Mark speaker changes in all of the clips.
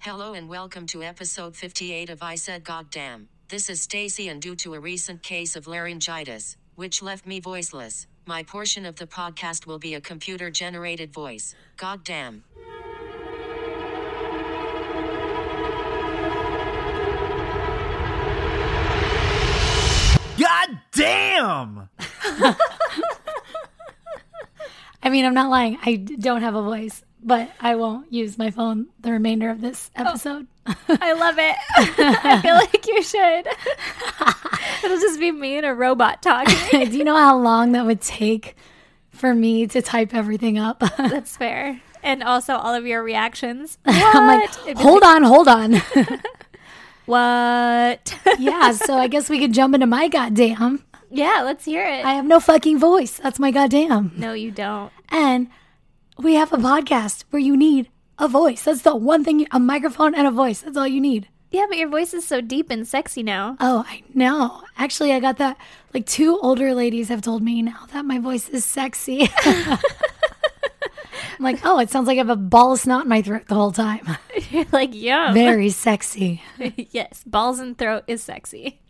Speaker 1: Hello and welcome to episode 58 of I Said Goddamn. This is Stacy and due to a recent case of laryngitis, which left me voiceless, my portion of the podcast will be a computer generated voice. Goddamn.
Speaker 2: God damn!
Speaker 3: I mean, I'm not lying. I d- don't have a voice, but I won't use my phone the remainder of this episode.
Speaker 4: I love it. I feel like you should. It'll just be me and a robot talking.
Speaker 3: Do you know how long that would take for me to type everything up?
Speaker 4: That's fair. And also all of your reactions.
Speaker 3: I'm like,
Speaker 4: What? It'd be
Speaker 3: hold on, hold on.
Speaker 4: What?
Speaker 3: yeah, so I guess we could jump into my goddamn.
Speaker 4: yeah, let's hear it.
Speaker 3: I have no fucking voice. That's my goddamn.
Speaker 4: no, you don't.
Speaker 3: And we have a podcast where you need a voice. That's the one thing, you, a microphone and a voice. That's all you need.
Speaker 4: Yeah, but your voice is so deep and sexy now.
Speaker 3: Oh, I know. Actually, I got that. Like, two older ladies have told me now that my voice is sexy. I'm like, oh, it sounds like I have a ball of snot in my throat the whole time.
Speaker 4: You're like, yum.
Speaker 3: Very sexy.
Speaker 4: yes, balls and throat is sexy.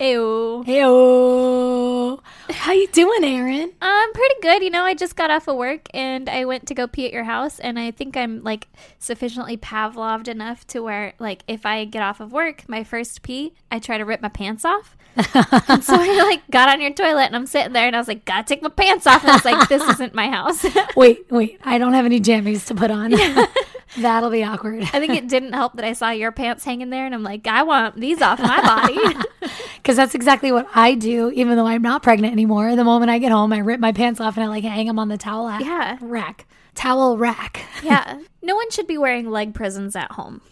Speaker 4: Ew.
Speaker 3: Heyo. How you doing, Aaron?
Speaker 4: I'm Um, pretty good. You know, I just got off of work and I went to go pee at your house, and I think I'm like sufficiently Pavloved enough to where, like, if I get off of work, my first pee, I try to rip my pants off. and so I like got on your toilet and I'm sitting there and I was like, gotta take my pants off. And I was like, this isn't my house. I
Speaker 3: Wait, wait. I don't have any jammies to put on. That'll be awkward.
Speaker 4: think it didn't help that I saw your pants hanging there and I'm like, I want these off my body.
Speaker 3: Because that's exactly what I do, even though I'm not pregnant anymore. The moment I get home, I rip my pants off and I like hang them on the towel at-
Speaker 4: Yeah.
Speaker 3: rack. Towel rack.
Speaker 4: yeah. No one should be wearing leg prisons at home.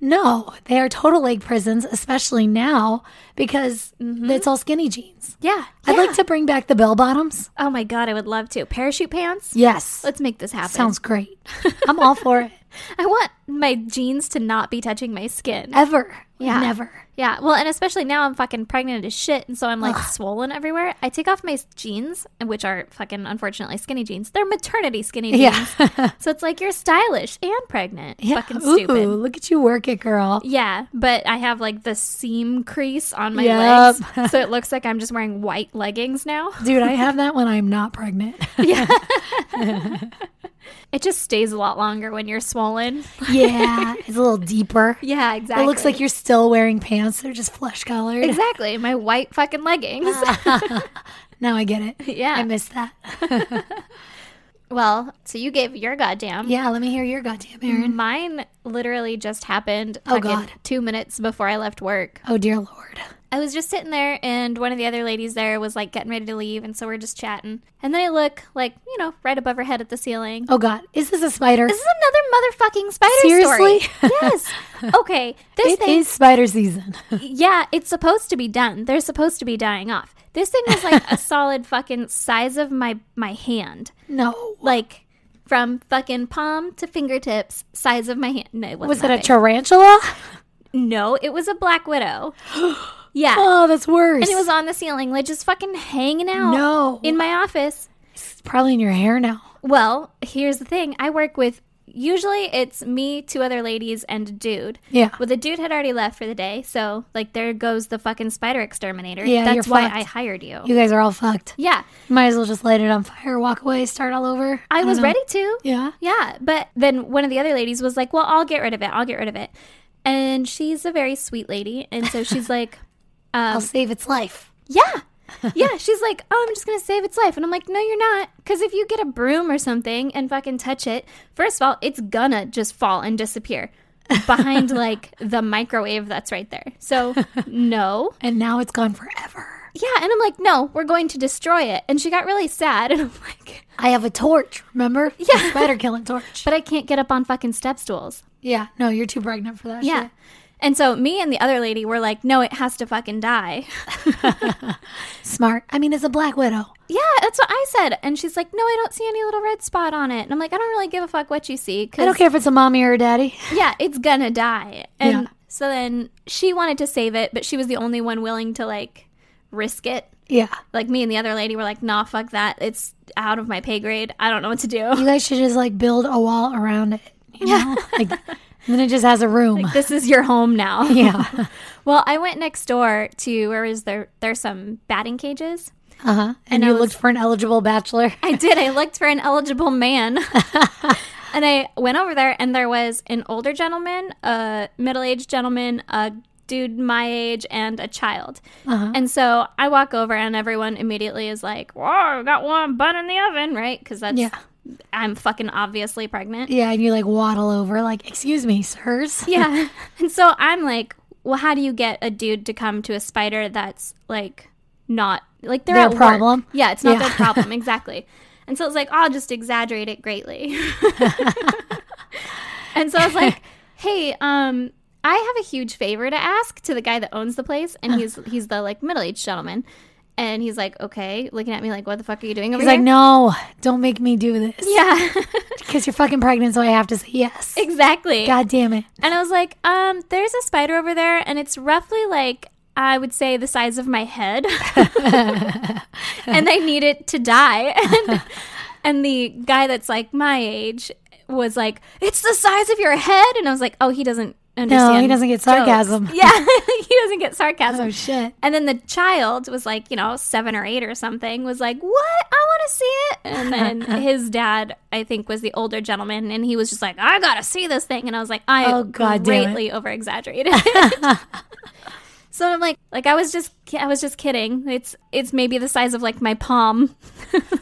Speaker 3: No, they are total leg prisons, especially now because it's all skinny jeans.
Speaker 4: Mm-hmm. Yeah.
Speaker 3: I'd like to bring back the bell bottoms.
Speaker 4: Oh my God, I would love to. Parachute pants?
Speaker 3: Yes.
Speaker 4: Let's make this happen.
Speaker 3: Sounds great. I'm all for it.
Speaker 4: I want my jeans to not be touching my skin.
Speaker 3: Ever.
Speaker 4: Yeah.
Speaker 3: Never.
Speaker 4: Yeah, well, and especially now I'm fucking pregnant as shit, and so I'm like swollen everywhere. I take off my s- jeans, which are fucking unfortunately skinny jeans. They're maternity skinny jeans.
Speaker 3: Yeah.
Speaker 4: So it's like you're stylish and pregnant.
Speaker 3: yeah.
Speaker 4: Fucking
Speaker 3: Ooh,
Speaker 4: stupid.
Speaker 3: look at you work it, girl.
Speaker 4: Yeah, but I have like the seam crease on my
Speaker 3: Yep.
Speaker 4: legs, so it looks like I'm just wearing white leggings now.
Speaker 3: Dude, I have that when I'm not pregnant.
Speaker 4: It just stays a lot longer when you're swollen.
Speaker 3: yeah. It's a little deeper.
Speaker 4: Yeah, exactly.
Speaker 3: It looks like you're still wearing pants. They're just flesh colored.
Speaker 4: exactly my white fucking leggings.
Speaker 3: Ah. Now I get it.
Speaker 4: Yeah.
Speaker 3: I miss that.
Speaker 4: well, so you gave your goddamn.
Speaker 3: Yeah. Let me hear your goddamn Aaron.
Speaker 4: Mine literally just happened.
Speaker 3: Oh,
Speaker 4: fucking
Speaker 3: God.
Speaker 4: Two minutes before I left work,
Speaker 3: Oh, dear Lord.
Speaker 4: I was just sitting there, and one of the other ladies there was like getting ready to leave, and so we're just chatting. And then I look like you know right above her head at the ceiling.
Speaker 3: Oh, God. Is this a spider?
Speaker 4: This is another motherfucking spider
Speaker 3: Seriously?
Speaker 4: story. yes. Okay. This
Speaker 3: It
Speaker 4: thing.
Speaker 3: is spider season.
Speaker 4: Yeah, it's supposed to be done. They're supposed to be dying off. This thing was like a solid fucking size of my my hand,
Speaker 3: no.
Speaker 4: like from fucking palm to fingertips, size of my hand. No, it wasn't
Speaker 3: Was
Speaker 4: that
Speaker 3: it a
Speaker 4: big.
Speaker 3: tarantula?
Speaker 4: No, it was a black widow. yeah.
Speaker 3: Oh, that's worse.
Speaker 4: and it was on the ceiling, like just fucking hanging out
Speaker 3: No.
Speaker 4: in my office.
Speaker 3: It's probably in your hair now.
Speaker 4: Well, here's the thing. I work with usually it's me, two other ladies, and a dude.
Speaker 3: Yeah.
Speaker 4: Well, the dude had already left for the day, so like there goes the fucking spider exterminator.
Speaker 3: Yeah,
Speaker 4: That's
Speaker 3: you're
Speaker 4: why
Speaker 3: fucked.
Speaker 4: I hired you.
Speaker 3: You guys are all fucked.
Speaker 4: yeah.
Speaker 3: Might as well just light it on fire, walk away, start all over.
Speaker 4: I
Speaker 3: don't
Speaker 4: was
Speaker 3: know.
Speaker 4: ready to.
Speaker 3: Yeah.
Speaker 4: Yeah, but then one of the other ladies was like, "Well, I'll get rid of it. I'll get rid of it." And she's a very sweet lady, and so she's like,
Speaker 3: I'll save its life.
Speaker 4: Yeah. Yeah. She's like, oh, I'm just going to save its life. And I'm like, no, you're not. Because if you get a broom or something and fucking touch it, first of all, it's gonna just fall and disappear behind like the microwave that's right there. So, no.
Speaker 3: And now it's gone forever.
Speaker 4: Yeah. And I'm like, no, we're going to destroy it. And she got really sad. And I'm like,
Speaker 3: I have a torch, remember? Yeah. spider killing torch.
Speaker 4: but I can't get up on fucking step stools.
Speaker 3: yeah. No, you're too pregnant for that
Speaker 4: Yeah.
Speaker 3: shit.
Speaker 4: And so me and the other lady were like, no, it has to fucking die.
Speaker 3: Smart. I mean, it's a black widow.
Speaker 4: Yeah, that's what I said. And she's like, no, I don't see any little red spot on it. And I'm like, I don't really give a fuck what you see.
Speaker 3: I don't care if it's a mommy or a daddy.
Speaker 4: yeah, it's gonna die. And
Speaker 3: Yeah.
Speaker 4: so then she wanted to save it, but she was the only one willing to like risk it.
Speaker 3: Yeah.
Speaker 4: Like me and the other lady were like, nah, fuck that. It's out of my pay grade. I don't know what to do.
Speaker 3: You guys should just like build a wall around it. You know? like then it just has a room.
Speaker 4: Like, this is your home now.
Speaker 3: yeah.
Speaker 4: Well, I went next door to where is there there's some batting cages.
Speaker 3: Uh huh. And, you looked for an eligible bachelor.
Speaker 4: I did. I looked for an eligible man. and I went over there and there was an older gentleman, a middle-aged gentleman, a dude my age and a child. And so I walk over and everyone immediately is like, "Whoa, I got one bun in the oven," right? Cuz that's
Speaker 3: Yeah.
Speaker 4: I'm fucking obviously pregnant.
Speaker 3: Yeah. And you like waddle over, like, excuse me, sirs.
Speaker 4: Yeah. and so I'm like, well, how do you get a dude to come to a spider that's like not like they're
Speaker 3: Their
Speaker 4: at work.
Speaker 3: problem?
Speaker 4: Yeah, it's not
Speaker 3: Yeah.
Speaker 4: their problem exactly. And so it's like I'll just exaggerate it greatly. and so I was like, hey, um. I have a huge favor to ask to the guy that owns the place, and he's he's the like middle aged gentleman, and he's like, okay, looking at me like, what the fuck are you doing over
Speaker 3: He's
Speaker 4: here?
Speaker 3: like, no, don't make me do this
Speaker 4: yeah,
Speaker 3: because you're fucking pregnant, so I have to say yes.
Speaker 4: exactly.
Speaker 3: God damn it.
Speaker 4: And I was like, um, there's a spider over there, and it's roughly like I would say the size of my head, and I need it to die. And, and the guy that's like my age was like, it's the size of your head, and I was like, oh, he doesn't understand.
Speaker 3: No, he doesn't get
Speaker 4: jokes."
Speaker 3: sarcasm.
Speaker 4: Yeah, he doesn't get sarcasm.
Speaker 3: Oh, shit.
Speaker 4: And then the child was like, you know, seven or eight or something, was like, What? I want to see it. And then his dad, I think, was the older gentleman. And he was just like, I got to see this thing. And I was like, I
Speaker 3: Oh, God damn it.
Speaker 4: greatly over exaggerated. so I'm like, like I was just, ki- I was just kidding. It's, it's maybe the size of like my palm.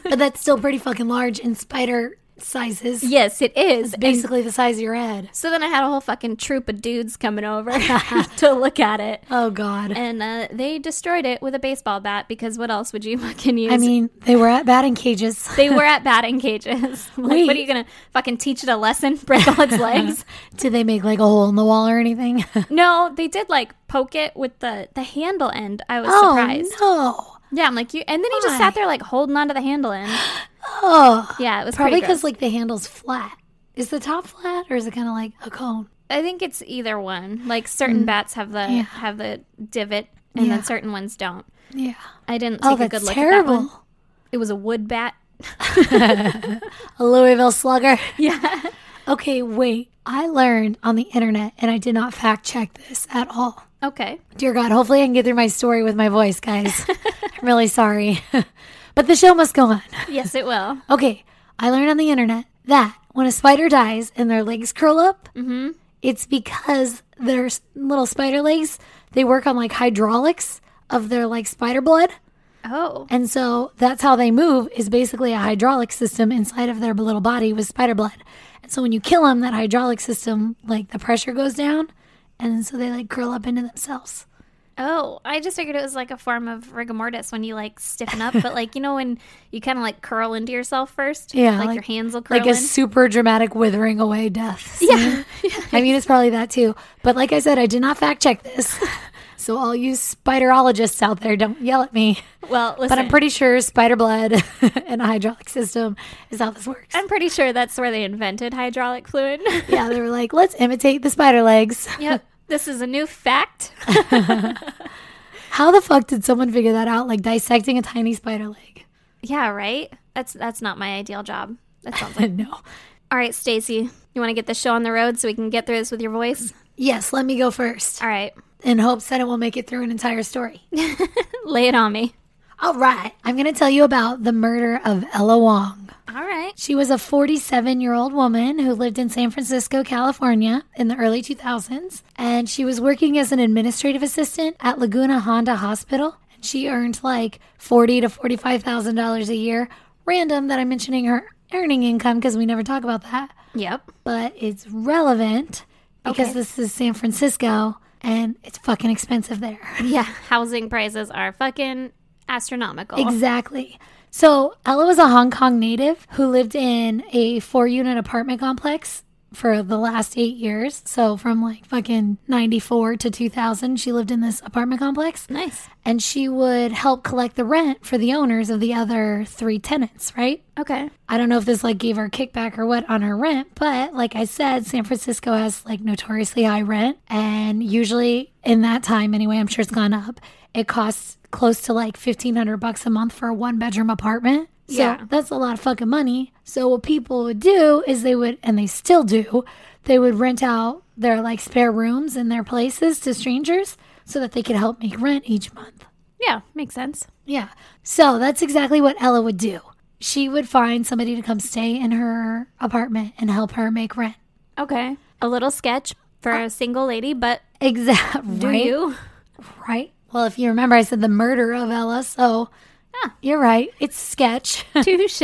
Speaker 3: But that's still pretty fucking large in spider sizes.
Speaker 4: Yes, it is. And
Speaker 3: Basically the size of your head.
Speaker 4: so then I had a whole fucking troop of dudes coming over to look at it.
Speaker 3: Oh, God.
Speaker 4: And uh, they destroyed it with a baseball bat because what else would you fucking use?
Speaker 3: I mean, they were at batting cages.
Speaker 4: They were at batting cages. like, what
Speaker 3: Wait.
Speaker 4: are you gonna fucking teach it a lesson? Break all its legs?
Speaker 3: Did they make like a hole in the wall or anything?
Speaker 4: no, they did like poke it with the the handle end. I was
Speaker 3: oh,
Speaker 4: surprised.
Speaker 3: no.
Speaker 4: Yeah, I'm like you. And then he just
Speaker 3: Why?
Speaker 4: sat there like holding onto the handle end.
Speaker 3: Oh,
Speaker 4: Yeah, it was
Speaker 3: probably
Speaker 4: because
Speaker 3: because like the handle's flat. Is the top flat or is it kind of like a cone?
Speaker 4: I think it's either one. Like certain bats have the
Speaker 3: Yeah.
Speaker 4: have the divot, and
Speaker 3: Yeah.
Speaker 4: then certain ones don't.
Speaker 3: Yeah.
Speaker 4: I didn't take
Speaker 3: Oh,
Speaker 4: a good
Speaker 3: that's
Speaker 4: look at that one.
Speaker 3: terrible.
Speaker 4: It was a wood bat.
Speaker 3: A Louisville slugger.
Speaker 4: Yeah.
Speaker 3: Okay, wait. I learned on the internet and I did not fact check this at all.
Speaker 4: okay.
Speaker 3: Dear God, hopefully I can get through my story with my voice, guys. I'm really sorry. but the show must go on.
Speaker 4: Yes, it will.
Speaker 3: Okay, I learned on the internet that when a spider dies and their legs curl up, it's because their s- little spider legs, they work on like hydraulics of their like spider blood.
Speaker 4: Oh.
Speaker 3: And so that's how they move is basically a hydraulic system inside of their little body with spider blood. And so when you kill them, that hydraulic system, like the pressure goes down. And so they like curl up into themselves.
Speaker 4: Oh, I just figured it was like a form of rigor mortis when you like stiffen up, but like you know when you kind of like curl into yourself first.
Speaker 3: Yeah,
Speaker 4: like,
Speaker 3: like-
Speaker 4: your hands will curl
Speaker 3: Like
Speaker 4: in.
Speaker 3: a super dramatic withering away death.
Speaker 4: yeah,
Speaker 3: I mean, it's probably that too. But like I said, I did not fact check this. So all you spiderologists out there, don't yell at me.
Speaker 4: well, listen,
Speaker 3: But I'm pretty sure spider blood and a hydraulic system is how this works.
Speaker 4: I'm pretty sure that's where they invented hydraulic fluid.
Speaker 3: yeah, they were like, let's imitate the spider legs.
Speaker 4: yep, this is a new fact.
Speaker 3: How the fuck did someone figure that out? Like dissecting a tiny spider leg.
Speaker 4: Yeah, right. That's that's not my ideal job. That sounds like.
Speaker 3: no.
Speaker 4: All right, Stacy, you want to get the show on the road so we can get through this with your voice?
Speaker 3: Yes, let me go first
Speaker 4: All right,
Speaker 3: in hopes that it will make it through an entire story.
Speaker 4: lay it on me.
Speaker 3: All right, I'm going to tell you about the murder of Ella Wong.
Speaker 4: All right.
Speaker 3: She was a 47 year old woman who lived in San Francisco, California in the early 2000s. And she was working as an administrative assistant at Laguna Honda Hospital. And she earned like forty to $45,000 a year. Random that I'm mentioning her earning income because we never talk about that.
Speaker 4: Yep.
Speaker 3: but it's relevant because
Speaker 4: Okay.
Speaker 3: this is San Francisco and it's fucking expensive there.
Speaker 4: Yeah, housing prices are fucking astronomical.
Speaker 3: Exactly. So Ella was a Hong Kong native who lived in a four unit apartment complex for the last eight years. So from like fucking 94 to 2000, she lived in this apartment complex
Speaker 4: nice.
Speaker 3: and she would help collect the rent for the owners of the other three tenants, right?
Speaker 4: Okay.
Speaker 3: I don't know if this like gave her a kickback or what on her rent, but like I said, San Francisco has like notoriously high rent. And usually in that time anyway, I'm sure it's gone up. It costs close to like fifteen hundred bucks a month for a one bedroom apartment. So
Speaker 4: Yeah.
Speaker 3: that's a lot of fucking money. So what people would do is they would and they still do, they would rent out their like spare rooms in their places to strangers so that they could help make rent each month.
Speaker 4: Yeah, makes sense.
Speaker 3: Yeah. So that's exactly what Ella would do. She would find somebody to come stay in her apartment and help her make rent.
Speaker 4: Okay. Oh. A little sketch for a single lady, but
Speaker 3: Exactly.
Speaker 4: do you?
Speaker 3: Right. Well, if you remember, I said the murder of Ella, so you're right. It's sketch.
Speaker 4: Touche.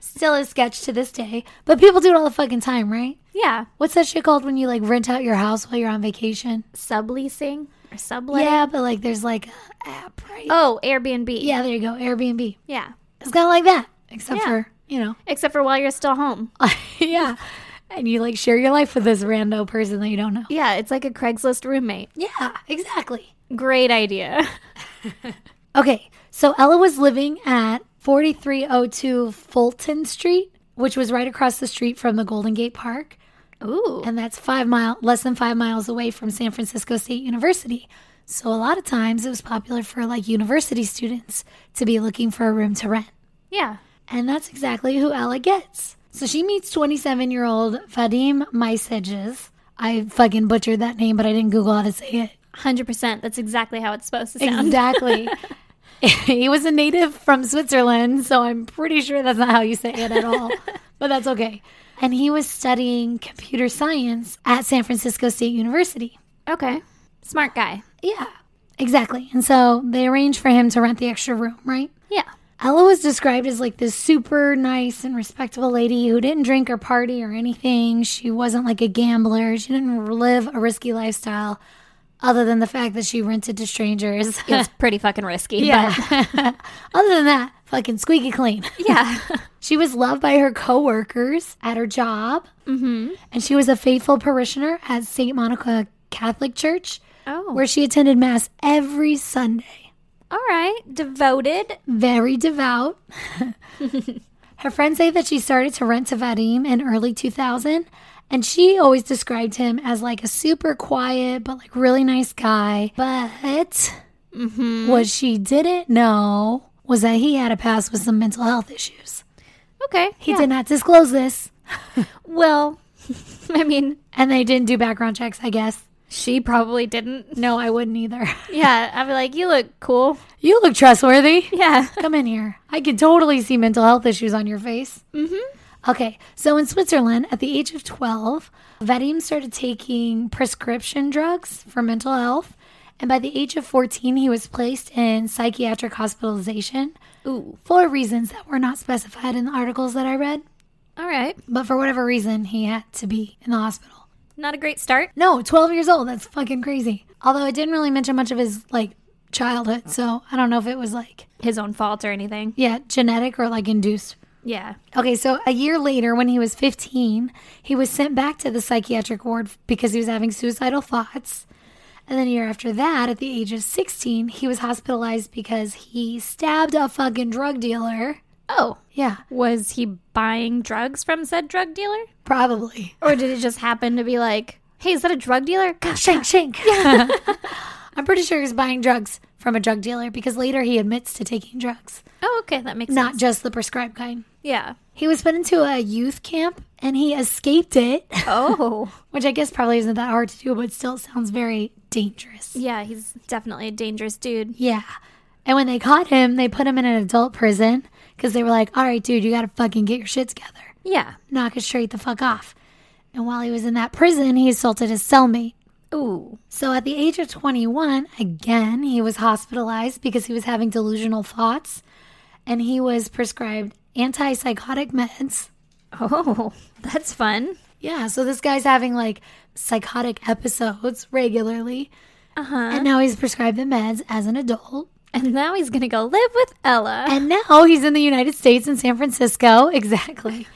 Speaker 3: Still a sketch to this day, but people do it all the fucking time, right?
Speaker 4: Yeah.
Speaker 3: What's that shit called when you like rent out your house while you're on vacation?
Speaker 4: Subleasing or subletting.
Speaker 3: yeah, but like there's like an app, right?
Speaker 4: Oh, Airbnb.
Speaker 3: Yeah, there you go. Airbnb.
Speaker 4: Yeah.
Speaker 3: It's kind of like that, except
Speaker 4: Yeah.
Speaker 3: for, you know,
Speaker 4: Except for while you're still home.
Speaker 3: yeah. And you like share your life with this rando person that you don't know.
Speaker 4: Yeah, it's like a Craigslist roommate.
Speaker 3: Yeah, exactly.
Speaker 4: Great idea.
Speaker 3: Okay, so Ella was living at 4302 Fulton Street, which was right across the street from the Golden Gate Park.
Speaker 4: Ooh.
Speaker 3: and that's five mile less than five miles away from san francisco state university so a lot of times it was popular for like university students to be looking for a room to rent
Speaker 4: Yeah.
Speaker 3: and that's exactly who ella gets so she meets 27 year old fadim maisages i fucking butchered that name but i didn't google how to say it
Speaker 4: 100%. That's exactly how it's supposed to sound.
Speaker 3: exactly he was a native from switzerland so i'm pretty sure that's not how you say it at all but that's okay and he was studying computer science at san francisco state university
Speaker 4: Okay. Smart guy.
Speaker 3: Yeah, exactly. And so they arranged for him to rent the extra room, right?
Speaker 4: Yeah.
Speaker 3: Ella was described as like this super nice and respectable lady who didn't drink or party or anything. She wasn't like a gambler. She didn't live a risky lifestyle other than the fact that she rented to strangers.
Speaker 4: It's pretty fucking risky.
Speaker 3: other than that, fucking squeaky clean.
Speaker 4: But yeah.
Speaker 3: She was loved by her coworkers at her job. Mm-hmm. And she was a faithful parishioner at St. Monica Catholic Church,
Speaker 4: Oh.
Speaker 3: where she attended Mass every Sunday.
Speaker 4: All right. Devoted.
Speaker 3: very devout. Her friends say that she started to rent to Vadim in early 2000, and she always described him as like a super quiet but like really nice guy. But what she didn't know was that he had a past with some mental health issues.
Speaker 4: Okay.
Speaker 3: He did not disclose this,
Speaker 4: Well, I mean,
Speaker 3: and they didn't do background checks, I guess.
Speaker 4: she probably didn't.
Speaker 3: No, I wouldn't either.
Speaker 4: Yeah. I'd be like, you look cool.
Speaker 3: you look trustworthy.
Speaker 4: Yeah.
Speaker 3: Come in here. I can totally see mental health issues on your face. Mm-hmm. Okay, so in Switzerland, at the age of 12, Vadim started taking prescription drugs for mental health. And by the age of 14, he was placed in psychiatric hospitalization
Speaker 4: Ooh.
Speaker 3: for reasons that were not specified in the articles that I read.
Speaker 4: All right.
Speaker 3: But for whatever reason, he had to be in the hospital.
Speaker 4: Not a great start.
Speaker 3: No, 12 years old. That's fucking crazy. Although it didn't really mention much of his, like, childhood. So I don't know if it was, like,
Speaker 4: His own fault or anything.
Speaker 3: yeah, genetic or, like, induced.
Speaker 4: Yeah.
Speaker 3: Okay, so a year later, when he was 15, he was sent back to the psychiatric ward because he was having suicidal thoughts. And then a year after that, at the age of 16, he was hospitalized because he stabbed a fucking drug dealer.
Speaker 4: Oh.
Speaker 3: Yeah,
Speaker 4: Was he buying drugs from said drug dealer?
Speaker 3: probably.
Speaker 4: Or did it just happen to be like, hey, is that a drug dealer? Gosh,
Speaker 3: Shank, shank. I'm pretty sure he was buying drugs from a drug dealer because later he admits to taking drugs,
Speaker 4: oh, okay, that makes
Speaker 3: not
Speaker 4: sense.
Speaker 3: just the prescribed kind.
Speaker 4: Yeah.
Speaker 3: He was put into a youth camp and he escaped it,
Speaker 4: Oh.
Speaker 3: which I guess probably isn't that hard to do, but still sounds very dangerous.
Speaker 4: yeah, he's definitely a dangerous dude.
Speaker 3: Yeah. And when they caught him, they put him in an adult prison because they were like, all right, dude, you got to fucking get your shit together.
Speaker 4: Yeah.
Speaker 3: Knock it straight the fuck off. And while he was in that prison, he assaulted his cellmate.
Speaker 4: Ooh.
Speaker 3: So at the age of 21, again, he was hospitalized because he was having delusional thoughts and he was prescribed antipsychotic meds.
Speaker 4: Oh, that's fun.
Speaker 3: Yeah, so this guy's having like psychotic episodes regularly. Uh-huh. And now he's prescribed the meds as an adult.
Speaker 4: And now he's going to go live with Ella.
Speaker 3: And now he's in the United States in San Francisco. Exactly.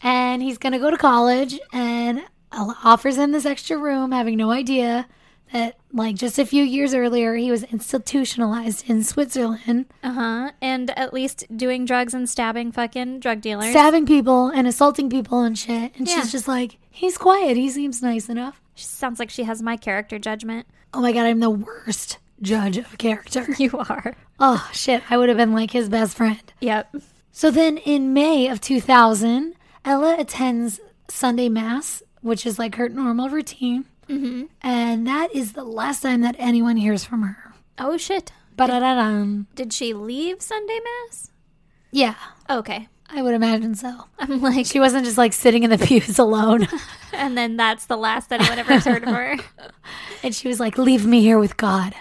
Speaker 3: And he's going to go to college and Ella offers him this extra room, having no idea that, like, just a few years earlier, he was institutionalized in Switzerland,
Speaker 4: Uh huh. And at least doing drugs and stabbing fucking drug dealers.
Speaker 3: stabbing people and assaulting people and shit. And
Speaker 4: Yeah.
Speaker 3: she's just like, he's quiet. He seems nice enough.
Speaker 4: she sounds like she has my character judgment.
Speaker 3: Oh my God, I'm the worst judge of character.
Speaker 4: You are.
Speaker 3: oh, shit. I would have been like his best friend.
Speaker 4: Yep.
Speaker 3: So then in May of 2000, Ella attends Sunday Mass, which is like her normal routine.
Speaker 4: Mm-hmm.
Speaker 3: And that is the last time that anyone hears from her.
Speaker 4: Oh shit.
Speaker 3: Ba-da-da-dum.
Speaker 4: Did she leave Sunday mass?
Speaker 3: Yeah,
Speaker 4: Okay.
Speaker 3: I would imagine so.
Speaker 4: I'm like
Speaker 3: She wasn't just like sitting in the pews alone.
Speaker 4: and then that's the last that anyone ever has heard of her.
Speaker 3: and she was like, Leave me here with God.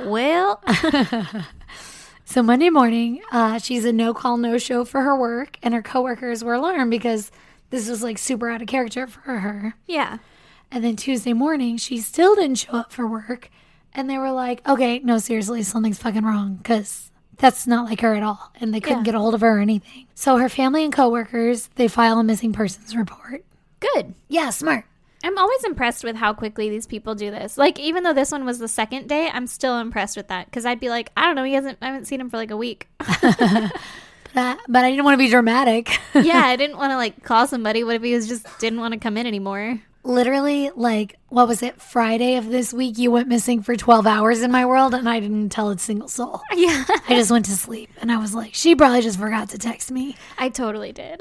Speaker 4: Well
Speaker 3: So Monday morning, uh, she's a no call, no show for her work, and her coworkers were alarmed because this was like super out of character for her.
Speaker 4: Yeah.
Speaker 3: And then Tuesday morning, she still didn't show up for work, and they were like, "Okay, no, seriously, something's fucking wrong because that's not like her at all." And they couldn't
Speaker 4: Yeah.
Speaker 3: get a hold of her or anything. So her family and coworkers they file a missing persons report.
Speaker 4: Good.
Speaker 3: Yeah, smart.
Speaker 4: I'm always impressed with how quickly these people do this. Like, even though this one was the second day, I'm still impressed with that because I'd be like, I don't know, he hasn't, I haven't seen him for like a week.
Speaker 3: But, but I didn't want to be dramatic.
Speaker 4: yeah, I didn't want to like call somebody. What if he was just didn't want to come in anymore?
Speaker 3: Literally, like, what was it? Friday of this week, you went missing for 12 hours in my world, and I didn't tell a single soul.
Speaker 4: Yeah,
Speaker 3: I just went to sleep, and I was like, she probably just forgot to text me.
Speaker 4: I totally did.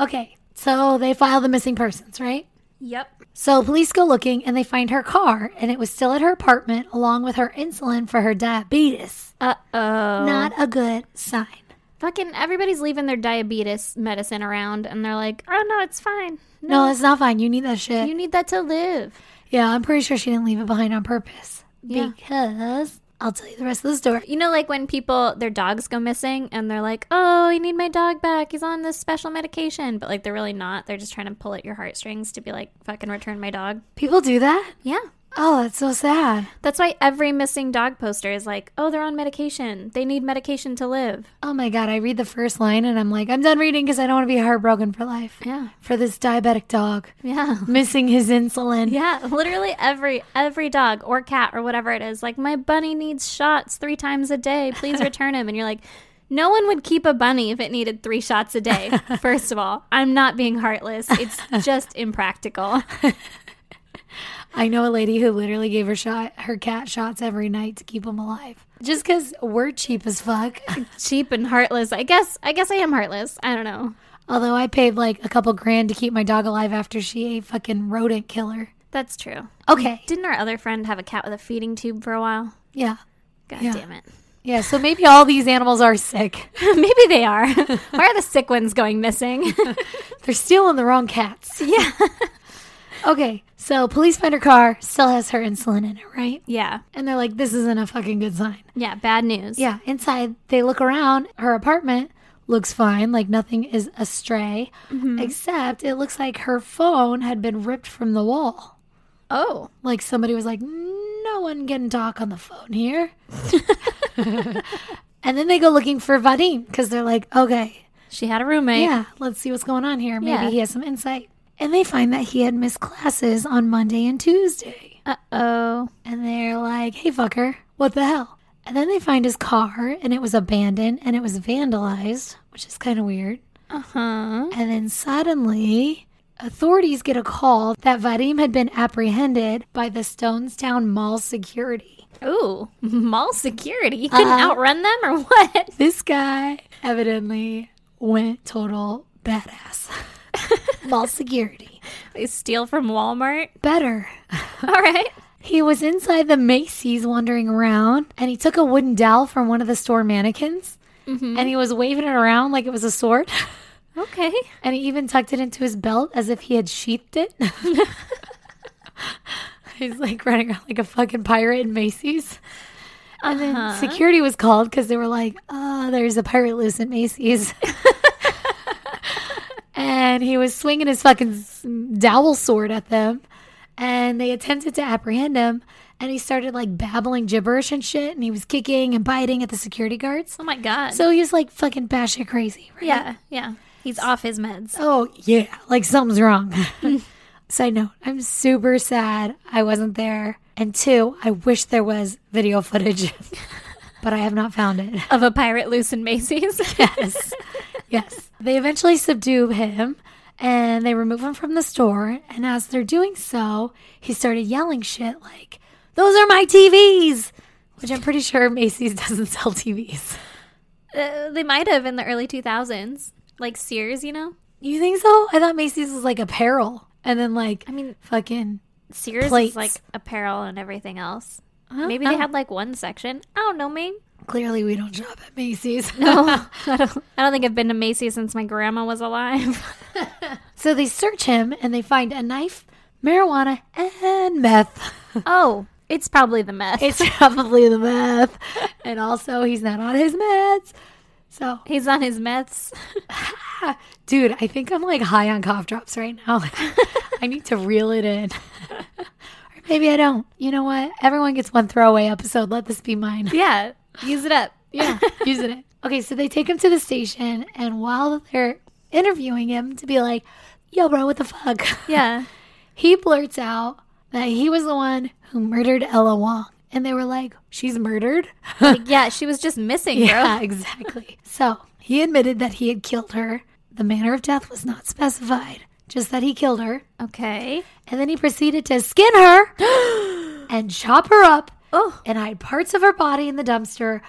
Speaker 3: Okay, so they file the missing persons, right?
Speaker 4: yep.
Speaker 3: So police go looking and they find her car, and it was still at her apartment along with her insulin for her diabetes.
Speaker 4: Uh oh.
Speaker 3: Not a good sign.
Speaker 4: Fucking everybody's leaving their diabetes medicine around and they're like, oh no, it's fine. No,
Speaker 3: No, that's not fine. You need that shit.
Speaker 4: you need that to live.
Speaker 3: yeah, I'm pretty sure she didn't leave it behind on purpose.
Speaker 4: Yeah.
Speaker 3: Because I'll tell you the rest of the story.
Speaker 4: You know, like when people, their dogs go missing and they're like, oh, I need my dog back. He's on this special medication. But like, they're really not. They're just trying to pull at your heartstrings to be like, fucking return my dog.
Speaker 3: People do that?
Speaker 4: Yeah.
Speaker 3: Oh, that's so sad.
Speaker 4: That's why every missing dog poster is like, oh, they're on medication. They need medication to live.
Speaker 3: Oh my God, I read the first line and I'm like, I'm done reading because I don't want to be heartbroken for life.
Speaker 4: Yeah.
Speaker 3: For this diabetic dog
Speaker 4: Yeah.
Speaker 3: missing his insulin.
Speaker 4: Yeah, literally every every dog or cat or whatever it is, like my bunny needs shots three times a day. Please return him. And you're like, no one would keep a bunny if it needed three shots a day. First of all, I'm not being heartless. It's just impractical.
Speaker 3: I know a lady who literally gave her shot her cat shots every night to keep him alive. Just because we're cheap as fuck.
Speaker 4: Cheap and heartless. I guess I guess I am heartless. I don't know.
Speaker 3: Although I paid like a couple grand to keep my dog alive after she ate fucking rodent killer.
Speaker 4: That's true.
Speaker 3: Okay.
Speaker 4: Didn't our other friend have a cat with a feeding tube for a while?
Speaker 3: Yeah.
Speaker 4: God
Speaker 3: Yeah.
Speaker 4: damn it.
Speaker 3: Yeah. So maybe all these animals are sick.
Speaker 4: Maybe they are. Why are the sick ones going missing?
Speaker 3: They're stealing the wrong cats.
Speaker 4: yeah.
Speaker 3: Okay. So police find her car, still has her insulin in it, right?
Speaker 4: Yeah.
Speaker 3: And they're like, this isn't a fucking good sign.
Speaker 4: Yeah. Bad news.
Speaker 3: Yeah, inside they look around. Her apartment looks fine, like nothing is astray, except it looks like her phone had been ripped from the wall.
Speaker 4: Oh.
Speaker 3: Like somebody was like, "No one can talk on the phone here." and then they go looking for Vadim because they're like, "Okay,
Speaker 4: She had a roommate.
Speaker 3: yeah, let's see what's going on here. Maybe
Speaker 4: Yeah.
Speaker 3: he has some insight." And they find that he had missed classes on Monday and Tuesday.
Speaker 4: Uh oh.
Speaker 3: And they're like, hey, fucker, what the hell? And then they find his car and it was abandoned and it was vandalized, which is kind of weird.
Speaker 4: Uh huh.
Speaker 3: And then suddenly, authorities get a call that Vadim had been apprehended by the Stonestown Mall security.
Speaker 4: Ooh, mall security. You couldn't
Speaker 3: Uh-huh.
Speaker 4: outrun them or what?
Speaker 3: This guy evidently went total badass. Mall security.
Speaker 4: They steal from Walmart.
Speaker 3: Better.
Speaker 4: All right.
Speaker 3: He was inside the Macy's wandering around and he took a wooden dowel from one of the store mannequins and he was waving it around like it was a sword.
Speaker 4: Okay.
Speaker 3: And he even tucked it into his belt as if he had sheathed it. He's like running around like a fucking pirate in Macy's. And then security was called because they were like, oh, there's a pirate loose in Macy's. and he was swinging his fucking s- dowel sword at them. And they attempted to apprehend him. And he started like babbling gibberish and shit. And he was kicking and biting at the security guards.
Speaker 4: Oh my god.
Speaker 3: So he was like fucking batshit crazy, right?
Speaker 4: yeah, yeah. He's off his meds.
Speaker 3: Oh, yeah. Like something's wrong. Side note I'm super sad I wasn't there. And two, I wish there was video footage, but I have not found it.
Speaker 4: Of a pirate loose in Macy's.
Speaker 3: Yes. yes. They eventually subdue him and they remove him from the store. And as they're doing so, he started yelling shit like, Those are my TVs, which I'm pretty sure Macy's doesn't sell TVs.
Speaker 4: uh, they might have in the early 2000s. Like Sears, you know?
Speaker 3: You think so? I thought Macy's was like apparel. And then like
Speaker 4: I mean,
Speaker 3: fucking
Speaker 4: Sears
Speaker 3: Plates.
Speaker 4: is like apparel and everything else.
Speaker 3: I don't
Speaker 4: Maybe
Speaker 3: know.
Speaker 4: they had like one section. I don't know, man.
Speaker 3: clearly we don't shop at Macy's.
Speaker 4: No, Oh, I don't. I don't think I've been to Macy's since my grandma was alive.
Speaker 3: so they search him and they find a knife, marijuana, and meth.
Speaker 4: oh, it's probably the meth.
Speaker 3: It's probably the meth. And also he's not on his meds. So
Speaker 4: He's on his meths.
Speaker 3: Dude, I think I'm like high on cough drops right now. I need to reel it in. or maybe I don't. You know what? Everyone gets one throwaway episode. Let this be mine.
Speaker 4: Yeah, use it up.
Speaker 3: Yeah, using it. Okay, so they take him to the station, and while they're interviewing him to be like, yo, bro, what the fuck?
Speaker 4: Yeah.
Speaker 3: He blurts out that he was the one who murdered Ella Wong. And they were like, she's murdered?
Speaker 4: Like, yeah, she was just missing, bro.
Speaker 3: Yeah, exactly. So he admitted that he had killed her. The manner of death was not specified, just that he killed her.
Speaker 4: Okay.
Speaker 3: And then he proceeded to skin her and chop her up
Speaker 4: Oh,
Speaker 3: and hide parts of her body in the dumpster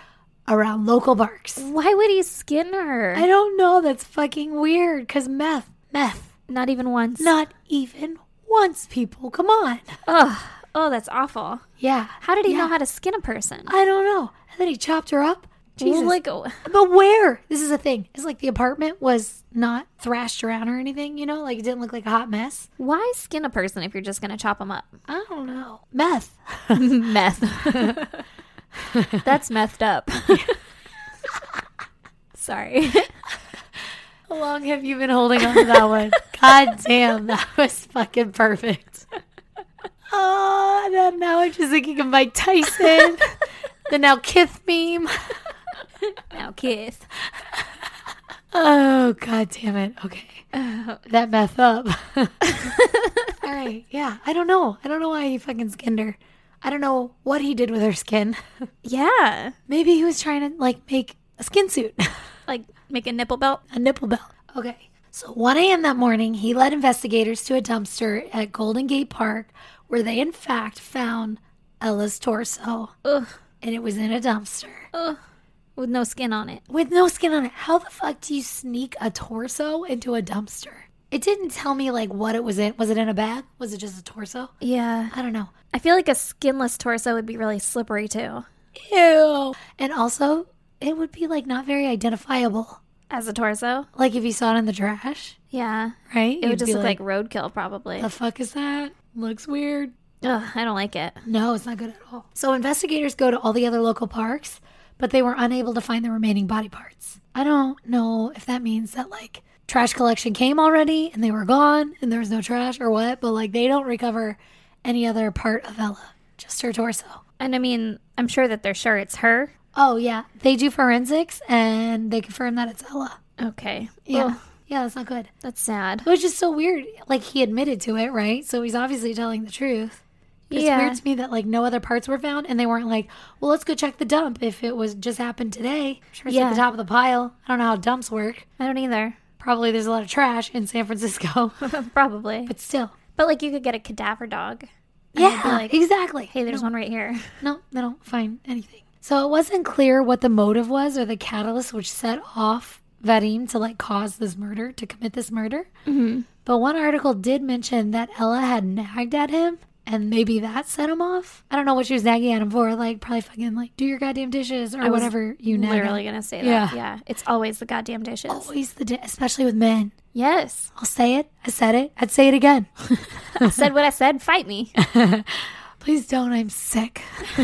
Speaker 3: around local parks.
Speaker 4: why would he skin her?
Speaker 3: I don't know. That's fucking weird because meth, meth,
Speaker 4: Not even once.
Speaker 3: not even once, people. Come on.
Speaker 4: Ugh. Oh, that's awful.
Speaker 3: Yeah.
Speaker 4: How did he
Speaker 3: Yeah.
Speaker 4: know how to skin a person?
Speaker 3: I don't know. And then he chopped her up. Jesus.
Speaker 4: Like, oh,
Speaker 3: But where? This is a thing. It's like the apartment was not thrashed around or anything, you know? Like it didn't look like a hot mess.
Speaker 4: why skin a person if you're just gonna chop them up?
Speaker 3: I don't know. Meth.
Speaker 4: meth. That's messed up. Sorry.
Speaker 3: How long have you been holding on to that one? God damn, that was fucking perfect. Oh, then now I'm just thinking of Mike Tyson. the now Kith meme.
Speaker 4: Now, Keith.
Speaker 3: Oh, god damn it. Okay. that meth up. All right. Yeah. I don't know. I don't know why he fucking skinned her. I don't know what he did with her skin.
Speaker 4: Yeah.
Speaker 3: Maybe he was trying to like make a skin suit,
Speaker 4: Like, make a nipple belt.
Speaker 3: a nipple belt. Okay. So 1 a.m. that morning, he led investigators to a dumpster at Golden Gate Park where they in fact found Ella's torso
Speaker 4: Ugh.
Speaker 3: and it was in a dumpster
Speaker 4: With no skin on it.
Speaker 3: with no skin on it. How the fuck do you sneak a torso into a dumpster? It didn't tell me like what it was in. Was it in a bag? Was it just a torso?
Speaker 4: Yeah.
Speaker 3: I don't know.
Speaker 4: I feel like a skinless torso would be really slippery, too.
Speaker 3: Ew. And also, it would be like not very identifiable.
Speaker 4: As a torso.
Speaker 3: Like if you saw it in the trash,
Speaker 4: Yeah.
Speaker 3: right?
Speaker 4: It would just look like, roadkill, probably.
Speaker 3: The fuck is that? Looks weird.
Speaker 4: Ugh, I don't like it.
Speaker 3: No, it's not good at all. So investigators go to all the other local parks, but they were unable to find the remaining body parts. I don't know if that means that like trash collection came already and they were gone and there was no trash or what, but like they don't recover any other part of Ella, just her torso.
Speaker 4: And I mean, I'm sure that they're sure it's her.
Speaker 3: Oh yeah, they do forensics and they confirm that it's Ella.
Speaker 4: Okay.
Speaker 3: Yeah.
Speaker 4: Ugh,
Speaker 3: Yeah, that's not good.
Speaker 4: that's sad.
Speaker 3: Which is so weird. Like he admitted to it, right? So he's obviously telling the truth. But It's
Speaker 4: Yeah.
Speaker 3: weird to me that like no other parts were found, and they weren't like, well, let's go check the dump if it was just happened today. I'm sure it's at
Speaker 4: Yeah.
Speaker 3: the top of the pile. I don't know how dumps work.
Speaker 4: I don't either.
Speaker 3: Probably there's a lot of trash in San Francisco,
Speaker 4: probably.
Speaker 3: but still.
Speaker 4: But, like, you could get a cadaver dog.
Speaker 3: Yeah,
Speaker 4: like,
Speaker 3: exactly.
Speaker 4: Hey, there's one right here.
Speaker 3: No, they don't find anything. So it wasn't clear what the motive was or the catalyst which set off Vadim to like cause this murder, to commit this murder. Mm-hmm. But one article did mention that Ella had nagged at him and maybe that set him off. I don't know what she was nagging at him for. Like, probably fucking like, do your goddamn dishes or
Speaker 4: was
Speaker 3: whatever you nag. at.
Speaker 4: literally gonna say that.
Speaker 3: Yeah.
Speaker 4: Yeah. It's always the goddamn dishes.
Speaker 3: Always the, di- especially with men.
Speaker 4: Yes.
Speaker 3: I'll say it. I said it. I'd say it again.
Speaker 4: said what I said, fight me.
Speaker 3: Please don't, I'm sick.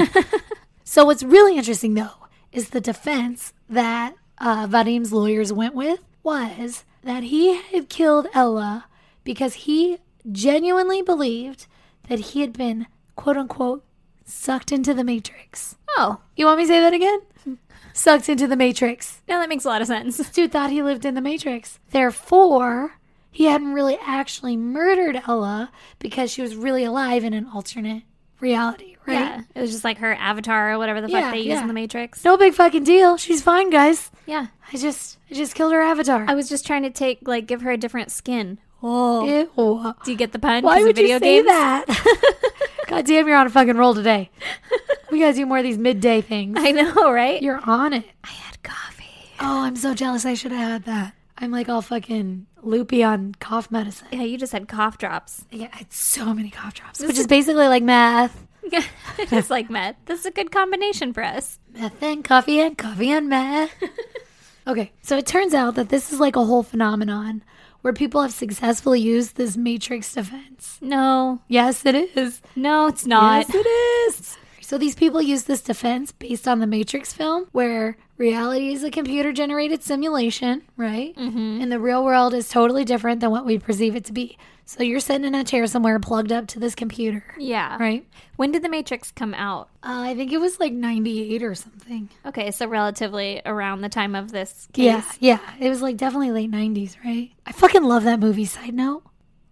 Speaker 3: so, what's really interesting though is the defense that uh, Vadim's lawyers went with was that he had killed Ella because he genuinely believed that he had been, quote unquote, sucked into the matrix.
Speaker 4: Oh.
Speaker 3: You want me to say that again? sucked into the matrix.
Speaker 4: Now that makes a lot of sense.
Speaker 3: Dude thought he lived in the matrix. Therefore, he hadn't really actually murdered Ella because she was really alive in an alternate reality, right?
Speaker 4: Yeah. It was just like her avatar or whatever the
Speaker 3: Yeah,
Speaker 4: fuck they
Speaker 3: yeah.
Speaker 4: use in the Matrix.
Speaker 3: No big fucking deal. She's fine, guys.
Speaker 4: Yeah.
Speaker 3: I just I just killed her avatar.
Speaker 4: I was just trying to take like give her a different skin.
Speaker 3: oh. Ew.
Speaker 4: Do you get the pun?
Speaker 3: Why
Speaker 4: 'Cause of
Speaker 3: would
Speaker 4: video
Speaker 3: you say
Speaker 4: games?
Speaker 3: that? God damn, you're on a fucking roll today. We gotta do more of these midday things.
Speaker 4: I know, right?
Speaker 3: You're on it.
Speaker 4: I had coffee.
Speaker 3: Oh, I'm so jealous. I should have had that. I'm like all fucking loopy on cough medicine.
Speaker 4: Yeah, you just had cough drops.
Speaker 3: Yeah, I had so many cough drops, which is basically like meth,
Speaker 4: just like meth. This is a good combination for us.
Speaker 3: meth and coffee and coffee and meth. okay, so it turns out that this is like a whole phenomenon where people have successfully used this matrix defense.
Speaker 4: No,
Speaker 3: Yes, it is.
Speaker 4: no, it's not.
Speaker 3: Yes, it is. So these people use this defense based on the Matrix film, where reality is a computer generated simulation, right? Mm-hmm. And the real world is totally different than what we perceive it to be. So you're sitting in a chair somewhere plugged up to this computer,
Speaker 4: Yeah.
Speaker 3: right?
Speaker 4: When did The Matrix come out?
Speaker 3: Uh, I think it was like 98 or something.
Speaker 4: Okay, so relatively around the time of this case.
Speaker 3: Yeah, yeah. It was like definitely late 90s, right? I fucking love that movie, side note.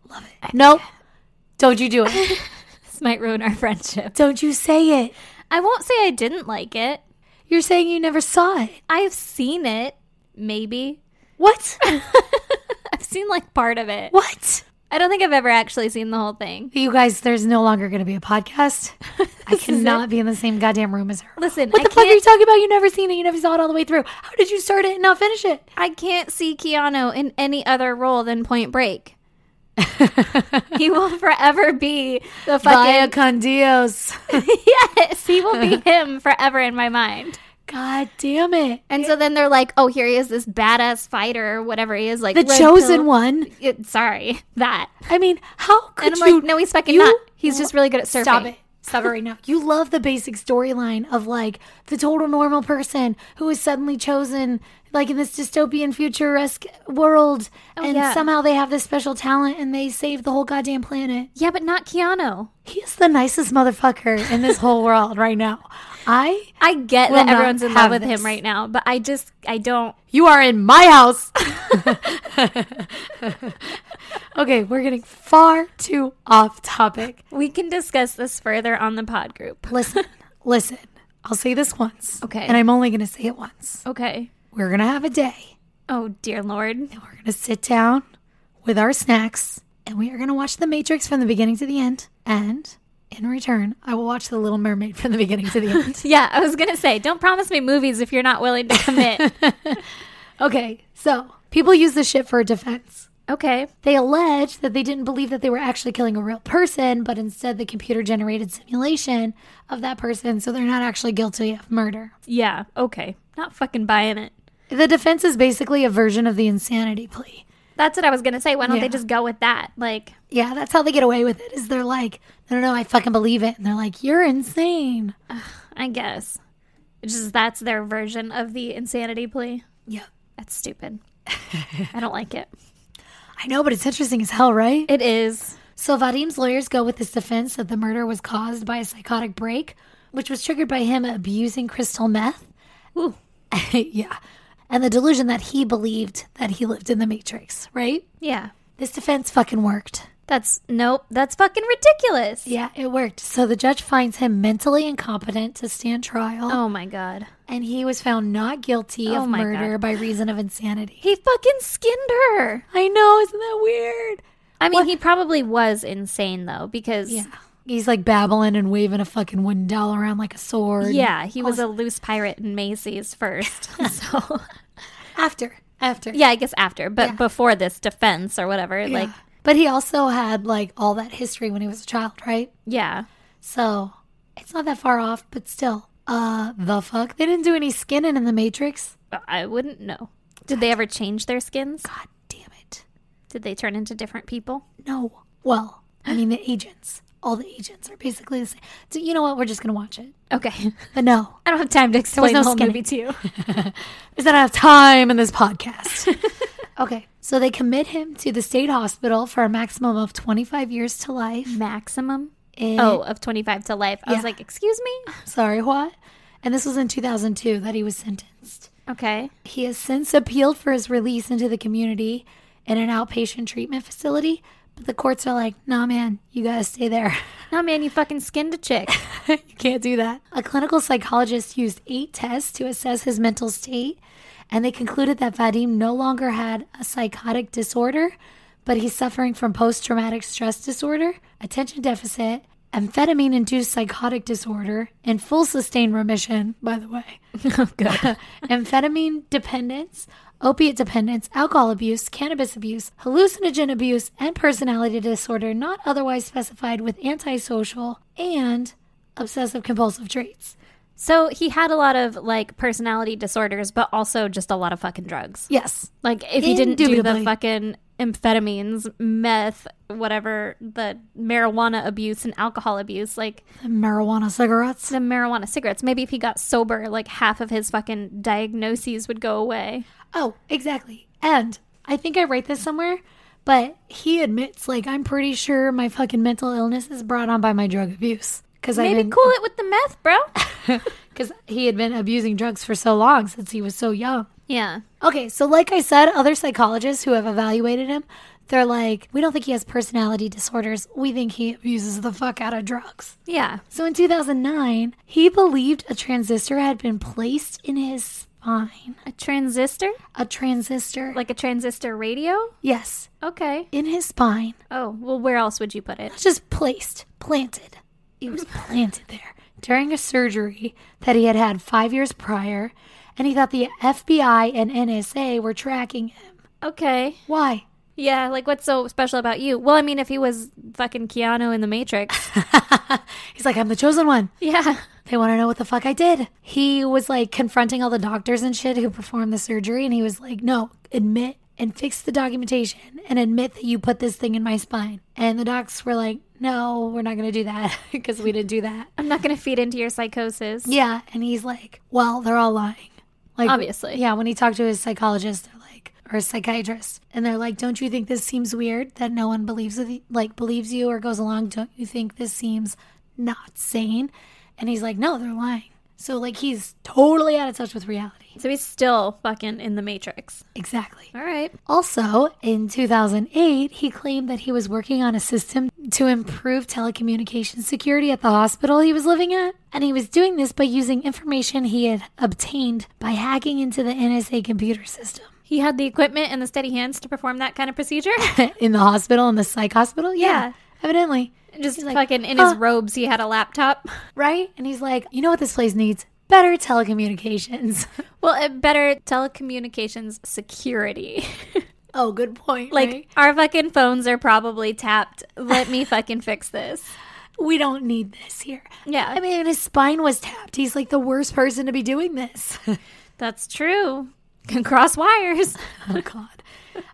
Speaker 3: Love it. No, don't you do it.
Speaker 4: This might ruin our friendship.
Speaker 3: don't you say it.
Speaker 4: I won't say I didn't like it.
Speaker 3: You're saying you never saw it.
Speaker 4: I've seen it, maybe.
Speaker 3: What?
Speaker 4: I've seen like part of it.
Speaker 3: what?
Speaker 4: I don't think I've ever actually seen the whole thing.
Speaker 3: You guys, there's no longer going to be a podcast. I cannot be in the same goddamn room as her.
Speaker 4: Listen,
Speaker 3: what
Speaker 4: I
Speaker 3: the fuck are you
Speaker 4: can't-
Speaker 3: talking about? You never seen it. You never saw it all the way through. How did you start it and not finish it?
Speaker 4: I can't see Keanu in any other role than Point Break. he will forever be the
Speaker 3: Vaya
Speaker 4: fucking
Speaker 3: con Dios.
Speaker 4: yes. He will be him forever in my mind.
Speaker 3: God damn it.
Speaker 4: And so then they're like, oh, here he is, this badass fighter or whatever he is, like
Speaker 3: The
Speaker 4: red
Speaker 3: chosen
Speaker 4: pill-
Speaker 3: one.
Speaker 4: It- sorry, that.
Speaker 3: I mean, how could
Speaker 4: And I'm
Speaker 3: you?
Speaker 4: like, no, he's fucking
Speaker 3: you-
Speaker 4: not. He's just really good at surfing.
Speaker 3: Stop it. Stop it right now. You love the basic storyline of like the total normal person who is suddenly chosen, like in this dystopian futuresque world, and
Speaker 4: Oh, yeah.
Speaker 3: somehow they have this special talent and they save the whole goddamn planet.
Speaker 4: Yeah, but not Keanu.
Speaker 3: He's the nicest motherfucker in this whole world right now. I,
Speaker 4: I get
Speaker 3: Will
Speaker 4: that
Speaker 3: not
Speaker 4: everyone's in
Speaker 3: have
Speaker 4: love with
Speaker 3: this.
Speaker 4: him right now, but I just I don't.
Speaker 3: you are in my house. okay, we're getting far too off topic.
Speaker 4: We can discuss this further on the pod group.
Speaker 3: Listen, listen. I'll say this once.
Speaker 4: Okay.
Speaker 3: And I'm only going to say it once.
Speaker 4: Okay.
Speaker 3: We're going to have a day
Speaker 4: Oh dear lord.
Speaker 3: We're going to sit down with our snacks and we are going to watch The Matrix from the beginning to the end. And in return, I will watch The Little Mermaid from the beginning to the end.
Speaker 4: Yeah, I was gonna say, don't promise me movies if you're not willing to commit.
Speaker 3: okay, so people use this shit for defense.
Speaker 4: okay.
Speaker 3: They allege that they didn't believe that they were actually killing a real person, but instead the computer generated simulation of that person, so they're not actually guilty of murder.
Speaker 4: Yeah. Okay. Not fucking buying it.
Speaker 3: The defense is basically a version of the insanity plea.
Speaker 4: That's what I was gonna say. Why don't
Speaker 3: Yeah.
Speaker 4: they just go with that? Like,
Speaker 3: Yeah, that's how they get away with it. Is they're like, no, no, no, I fucking believe it, and they're like, you're insane.
Speaker 4: I guess. It's just that's their version of the insanity plea.
Speaker 3: Yeah,
Speaker 4: That's stupid. I don't like it.
Speaker 3: I know, but it's interesting as hell, right?
Speaker 4: It is.
Speaker 3: So Vadim's lawyers go with this defense that the murder was caused by a psychotic break, which was triggered by him abusing crystal meth.
Speaker 4: Ooh.
Speaker 3: yeah. And the delusion that he believed that he lived in the Matrix, right?
Speaker 4: Yeah.
Speaker 3: This defense fucking worked.
Speaker 4: That's nope. That's fucking ridiculous.
Speaker 3: Yeah, it worked. So the judge finds him mentally incompetent to stand trial,
Speaker 4: Oh my god.
Speaker 3: and he was found not guilty
Speaker 4: Oh
Speaker 3: of
Speaker 4: my
Speaker 3: murder
Speaker 4: God.
Speaker 3: by reason of insanity.
Speaker 4: He fucking skinned her.
Speaker 3: I know, isn't that weird?
Speaker 4: I mean, he probably was insane though because
Speaker 3: Yeah. He's like babbling and waving a fucking wooden doll around like a sword.
Speaker 4: yeah, he was a loose pirate in Macy's first. so
Speaker 3: After, after.
Speaker 4: yeah, I guess after, but before this defense or whatever, like
Speaker 3: Like, but he also had like all that history when he was a child, right?
Speaker 4: yeah.
Speaker 3: So it's not that far off, but still. Uh, the fuck? They didn't do any skinning in the Matrix.
Speaker 4: I wouldn't know. Did they ever change their skins?
Speaker 3: God damn it!
Speaker 4: Did they turn into different people?
Speaker 3: No. Well, I mean the agents. All the agents are basically the same. So you know what? We're just gonna watch it.
Speaker 4: Okay.
Speaker 3: But no,
Speaker 4: I don't have time to explain
Speaker 3: no
Speaker 4: the whole
Speaker 3: skinning.
Speaker 4: movie to you.
Speaker 3: there's not enough time in this podcast. okay, so they commit him to the state hospital for a maximum of 25 years to life.
Speaker 4: Maximum?
Speaker 3: in-
Speaker 4: Mm-hmm. Oh, of 25 to life. I
Speaker 3: Yeah.
Speaker 4: was like, excuse me?
Speaker 3: sorry, what? And this was in 2002 that he was sentenced.
Speaker 4: Okay.
Speaker 3: He has since appealed for his release into the community in an outpatient treatment facility, but the courts are like, nah, man, you gotta stay there.
Speaker 4: No, man, you fucking skinned a chick.
Speaker 3: you can't do that. A clinical psychologist used eight tests to assess his mental state, and they concluded that Vadim no longer had a psychotic disorder, but he's suffering from post traumatic stress disorder, attention deficit, amphetamine induced psychotic disorder, in full sustained remission, by the way
Speaker 4: oh, good.
Speaker 3: amphetamine dependence, opiate dependence, alcohol abuse, cannabis abuse, hallucinogen abuse, and personality disorder not otherwise specified with antisocial and obsessive compulsive traits.
Speaker 4: So he had a lot of like personality disorders, but also just a lot of fucking drugs.
Speaker 3: Yes.
Speaker 4: Like if he didn't do the
Speaker 3: Indubitably.
Speaker 4: fucking amphetamines, meth, whatever, the marijuana abuse and alcohol abuse, like
Speaker 3: Marijuana cigarettes.
Speaker 4: the marijuana cigarettes, maybe if he got sober, like half of his fucking diagnoses would go away.
Speaker 3: Oh, exactly. And I think I write this somewhere, but he admits, like, I'm pretty sure my fucking mental illness is brought on by my drug abuse. Because I've
Speaker 4: Maybe
Speaker 3: been,
Speaker 4: cool it with the meth, bro.
Speaker 3: because he had been abusing drugs for so long since he was so young.
Speaker 4: yeah.
Speaker 3: Okay, so like I said, other psychologists who have evaluated him, they're like, we don't think he has personality disorders. We think he abuses the fuck out of drugs.
Speaker 4: Yeah.
Speaker 3: So in 2009, he believed a transistor had been placed in his spine.
Speaker 4: A transistor?
Speaker 3: A transistor.
Speaker 4: Like a transistor radio?
Speaker 3: yes,
Speaker 4: Okay.
Speaker 3: in his spine.
Speaker 4: Oh, well, where else would you put it?
Speaker 3: It's just placed, planted. It was planted there during a surgery that he had had five years prior, and he thought the FBI and NSA were tracking him.
Speaker 4: Okay.
Speaker 3: Why?
Speaker 4: Yeah, like what's so special about you? Well, I mean, if he was fucking Keanu in the Matrix.
Speaker 3: He's like, I'm the chosen one.
Speaker 4: yeah.
Speaker 3: They want to know what the fuck I did. He was like confronting all the doctors and shit who performed the surgery, and he was like, No, admit and fix the documentation and admit that you put this thing in my spine. And the docs were like, No, we're not going to do that because we didn't do that.
Speaker 4: I'm not going to feed into your psychosis.
Speaker 3: Yeah. And he's like, Well, they're all lying. Like,
Speaker 4: Obviously.
Speaker 3: Yeah. When he talked to his psychologist, they're like, or his psychiatrist, and they're like, "Don't you think this seems weird that no one believes with you, like believes you or goes along? Don't you think this seems not sane?" And he's like, "No, they're lying." So like he's totally out of touch with reality.
Speaker 4: So he's still fucking in the Matrix.
Speaker 3: Exactly.
Speaker 4: All right.
Speaker 3: Also, in 2008, he claimed that he was working on a system to improve telecommunication security at the hospital he was living at. And he was doing this by using information he had obtained by hacking into the NSA computer system.
Speaker 4: He had the equipment and the steady hands to perform that kind of procedure.
Speaker 3: in the hospital, in the psych hospital? Yeah,
Speaker 4: Yeah.
Speaker 3: evidently.
Speaker 4: Just
Speaker 3: like,
Speaker 4: fucking in his
Speaker 3: "Huh."
Speaker 4: robes, he had a laptop.
Speaker 3: Right? And he's like, you know what this place needs? Better telecommunications.
Speaker 4: Well, uh, better telecommunications security.
Speaker 3: oh, good point.
Speaker 4: like,
Speaker 3: Like,
Speaker 4: our fucking phones are probably tapped. Let me fucking fix this.
Speaker 3: we don't need this here.
Speaker 4: Yeah.
Speaker 3: I mean, his spine was tapped. He's like the worst person to be doing this.
Speaker 4: That's true. Can cross wires.
Speaker 3: Oh God.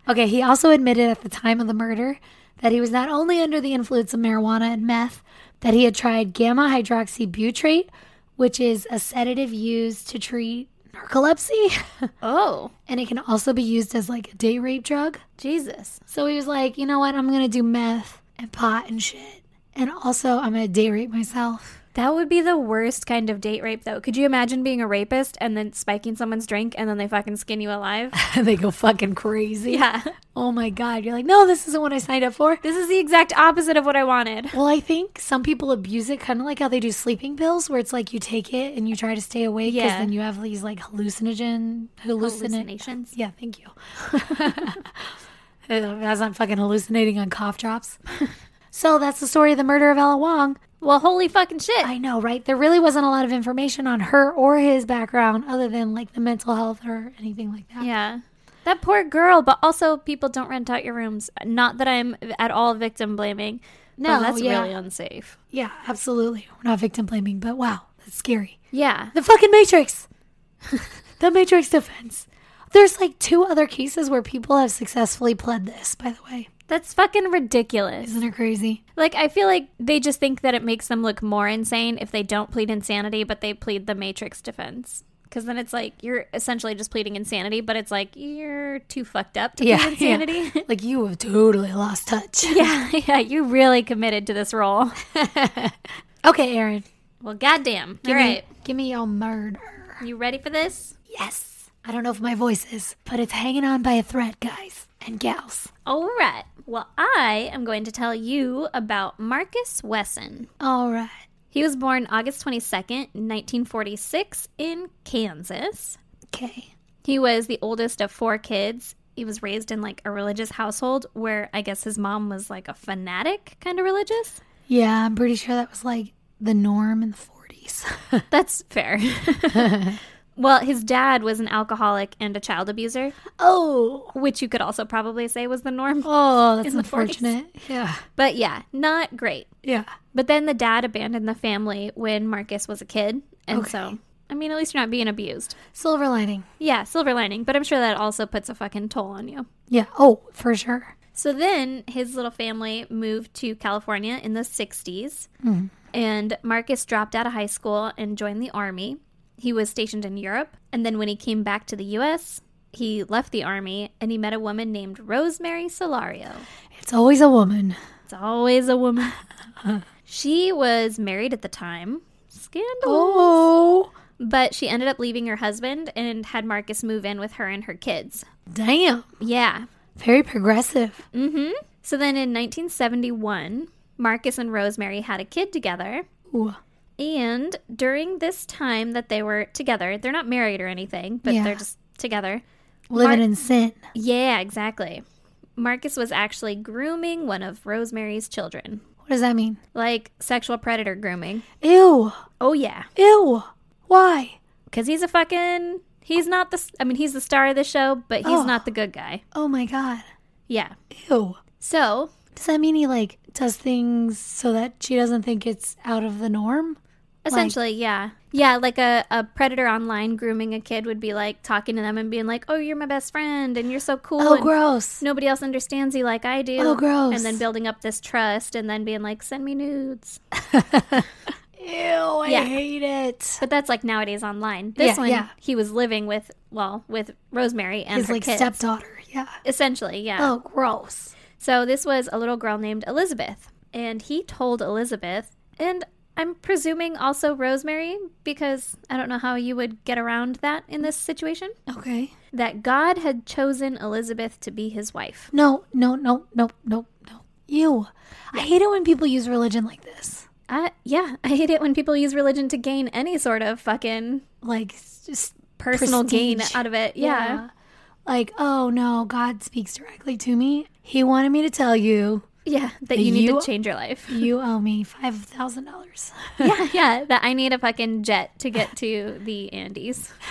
Speaker 3: Okay, he also admitted at the time of the murder that he was not only under the influence of marijuana and meth, that he had tried gamma hydroxybutyrate, which is a sedative used to treat narcolepsy,
Speaker 4: Oh,
Speaker 3: and it can also be used as like a date rape drug.
Speaker 4: Jesus.
Speaker 3: So he was like, you know what? I'm gonna do meth and pot and shit, and also I'm gonna date rape myself.
Speaker 4: That would be the worst kind of date rape, though. Could you imagine being a rapist and then spiking someone's drink and then they fucking skin you alive?
Speaker 3: they go fucking crazy.
Speaker 4: yeah.
Speaker 3: Oh my God. You're like, no, this isn't what I signed up for.
Speaker 4: This is the exact opposite of what I wanted.
Speaker 3: Well, I think some people abuse it, kind of like how they do sleeping pills, where it's like you take it and you try to stay awake because
Speaker 4: Yeah.
Speaker 3: then you have these like hallucinogen hallucinations.
Speaker 4: Hallucinations.
Speaker 3: Yeah, thank you. As I'm fucking hallucinating on cough drops. so that's the story of the murder of Ella Wong.
Speaker 4: Well, holy fucking shit.
Speaker 3: I know, right? There really wasn't a lot of information on her or his background other than like the mental health or anything like that.
Speaker 4: yeah. That poor girl, but also people don't rent out your rooms. Not that I'm at all victim blaming. No,
Speaker 3: No,
Speaker 4: that's
Speaker 3: yeah.
Speaker 4: really unsafe.
Speaker 3: Yeah, absolutely. We're not victim blaming, but wow, that's scary.
Speaker 4: Yeah.
Speaker 3: The fucking Matrix. the Matrix defense. There's like two other cases where people have successfully pled this, by the way.
Speaker 4: That's fucking ridiculous.
Speaker 3: Isn't it crazy?
Speaker 4: Like, I feel like they just think that it makes them look more insane if they don't plead insanity, but they plead the Matrix defense. Because then it's like you're essentially just pleading insanity, but it's like you're too fucked up to plead insanity.
Speaker 3: yeah. like you have totally lost touch.
Speaker 4: Yeah. yeah, you really committed to this role.
Speaker 3: Okay, Aaron.
Speaker 4: Well, goddamn.
Speaker 3: Give
Speaker 4: All
Speaker 3: me,
Speaker 4: right.
Speaker 3: Give me your murder.
Speaker 4: You ready for this?
Speaker 3: Yes. I don't know if my voice is, but it's hanging on by a thread, guys and gals.
Speaker 4: All right. Well, I am going to tell you about Marcus Wesson.
Speaker 3: All right.
Speaker 4: He was born August 22nd, 1946, in Kansas.
Speaker 3: Okay.
Speaker 4: He was the oldest of four kids. He was raised in like a religious household where I guess his mom was like a fanatic kind of religious.
Speaker 3: Yeah, I'm pretty sure that was like the norm in the 40s.
Speaker 4: That's fair. Well, his dad was an alcoholic and a child abuser,
Speaker 3: Oh,
Speaker 4: which you could also probably say was the norm.
Speaker 3: oh, that's
Speaker 4: In the 40s.
Speaker 3: unfortunate. Yeah,
Speaker 4: But yeah, not great.
Speaker 3: yeah.
Speaker 4: But then the dad abandoned the family when Marcus was a kid. And
Speaker 3: Okay.
Speaker 4: so, I mean, at least you're not being abused.
Speaker 3: Silver lining.
Speaker 4: Yeah, silver lining, but I'm sure that also puts a fucking toll on you.
Speaker 3: Yeah. Oh, for sure.
Speaker 4: So then his little family moved to California in the 60s, and Marcus dropped out of high school and joined the army. He was stationed in Europe, and then when he came back to the US, he left the army and he met a woman named Rosemary Solario.
Speaker 3: It's always a woman.
Speaker 4: It's always a woman. she was married at the time. Scandal.
Speaker 3: Oh,
Speaker 4: But she ended up leaving her husband and had Marcus move in with her and her kids.
Speaker 3: damn.
Speaker 4: Yeah,
Speaker 3: Very progressive.
Speaker 4: So then in 1971, Marcus and Rosemary had a kid together.
Speaker 3: Ooh.
Speaker 4: And during this time that they were together, they're not married or anything, but
Speaker 3: Yeah.
Speaker 4: they're just together.
Speaker 3: Living
Speaker 4: Mar-
Speaker 3: in sin.
Speaker 4: Yeah, exactly. Marcus was actually grooming one of Rosemary's children,
Speaker 3: What does that mean?
Speaker 4: like sexual predator grooming.
Speaker 3: Ew.
Speaker 4: Oh, yeah.
Speaker 3: Ew. Why?
Speaker 4: Because he's a fucking. He's not the. s- I mean, he's the star of the show, but he's
Speaker 3: Oh.
Speaker 4: not the good guy.
Speaker 3: Oh my god.
Speaker 4: Yeah.
Speaker 3: Ew.
Speaker 4: So
Speaker 3: Does that mean he like does things so that she doesn't think it's out of the norm?
Speaker 4: Essentially, yeah. Yeah, like a, a predator online grooming a kid would be like talking to them and being like, oh, you're my best friend and you're so cool.
Speaker 3: Oh,
Speaker 4: and
Speaker 3: gross.
Speaker 4: Nobody else understands you like I do.
Speaker 3: Oh, gross.
Speaker 4: And then building up this trust and then being like, send me nudes.
Speaker 3: Ew, I
Speaker 4: Yeah.
Speaker 3: hate it.
Speaker 4: But that's like nowadays online.
Speaker 3: Yeah,
Speaker 4: This one,
Speaker 3: yeah.
Speaker 4: he was living with, well, with Rosemary and
Speaker 3: His
Speaker 4: her
Speaker 3: like
Speaker 4: kids.
Speaker 3: stepdaughter. Yeah.
Speaker 4: Essentially, yeah.
Speaker 3: Oh, gross.
Speaker 4: So this was a little girl named Elizabeth. And he told Elizabeth, and I'm presuming also Rosemary, because I don't know how you would get around that in this situation.
Speaker 3: Okay.
Speaker 4: that God had chosen Elizabeth to be his wife.
Speaker 3: No, no, no, no, no, no. Ew. I hate it when people use religion like this.
Speaker 4: I, yeah, I hate it when people use religion to gain any sort of fucking
Speaker 3: Like it's just
Speaker 4: personal gain
Speaker 3: Prestige.
Speaker 4: out of it. Yeah.
Speaker 3: Like, oh no, God speaks directly to me. He wanted me to tell you
Speaker 4: Yeah. that you need
Speaker 3: You-
Speaker 4: to change your life.
Speaker 3: you owe me five thousand dollars.
Speaker 4: yeah. Yeah. That I need a fucking jet to get to the Andes.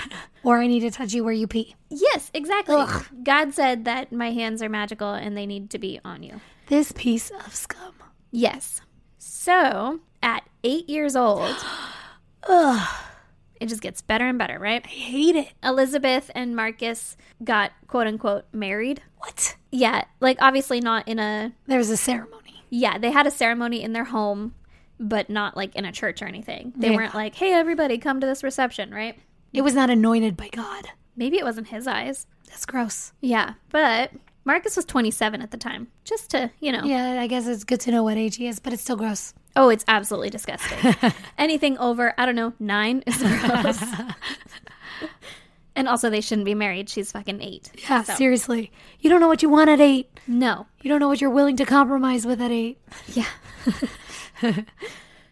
Speaker 3: Or I need to touch you where you pee.
Speaker 4: Yes, exactly. God said that my hands are magical and they need to be on you.
Speaker 3: This piece of scum.
Speaker 4: Yes. So at eight years old,
Speaker 3: Ugh.
Speaker 4: it just gets better and better, right?
Speaker 3: I hate it.
Speaker 4: Elizabeth and Marcus got quote unquote married.
Speaker 3: What?
Speaker 4: Yeah, like obviously not in a
Speaker 3: There's a ceremony.
Speaker 4: yeah, they had a ceremony in their home, but not like in a church or anything. They
Speaker 3: Yeah.
Speaker 4: weren't like, "Hey everybody, come to this reception," right?
Speaker 3: It was not anointed by God.
Speaker 4: Maybe it wasn't his eyes.
Speaker 3: That's gross.
Speaker 4: Yeah, but Marcus was 27 at the time. Just to, you know.
Speaker 3: Yeah, I guess it's good to know what age he is, but it's still gross.
Speaker 4: Oh, it's absolutely disgusting. Anything over, I don't know, 9 is gross. and also they shouldn't be married. She's fucking 8.
Speaker 3: Yeah, seriously. You don't know what you want at eight.
Speaker 4: No.
Speaker 3: You don't know what you're willing to compromise with at eight.
Speaker 4: Yeah.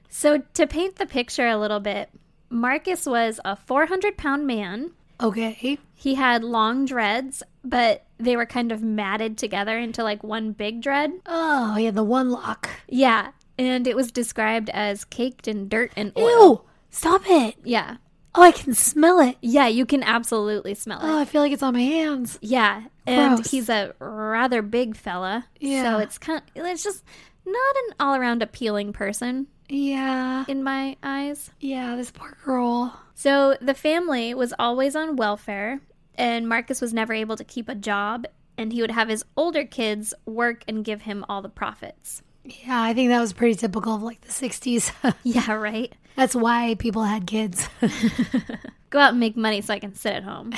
Speaker 4: so, to paint the picture a little bit, Marcus was a 400 pound man.
Speaker 3: Okay.
Speaker 4: He had long dreads, but they were kind of matted together into like one big dread.
Speaker 3: Oh, he had the one lock.
Speaker 4: Yeah. And it was described as caked in dirt and oil.
Speaker 3: Ew! Stop it.
Speaker 4: Yeah.
Speaker 3: Oh, I can smell it.
Speaker 4: Yeah, you can absolutely smell it.
Speaker 3: Oh, I feel like it's on my hands.
Speaker 4: yeah. And
Speaker 3: gross.
Speaker 4: he's a rather big fella.
Speaker 3: Yeah.
Speaker 4: So it's kind it's just not an all around appealing person
Speaker 3: Yeah.
Speaker 4: in my eyes.
Speaker 3: Yeah, this poor girl.
Speaker 4: So the family was always on welfare, and Marcus was never able to keep a job, and he would have his older kids work and give him all the profits.
Speaker 3: Yeah, I think that was pretty typical of like the 60s.
Speaker 4: Yeah, right?
Speaker 3: That's why people had kids.
Speaker 4: Go out and make money so I can sit at home.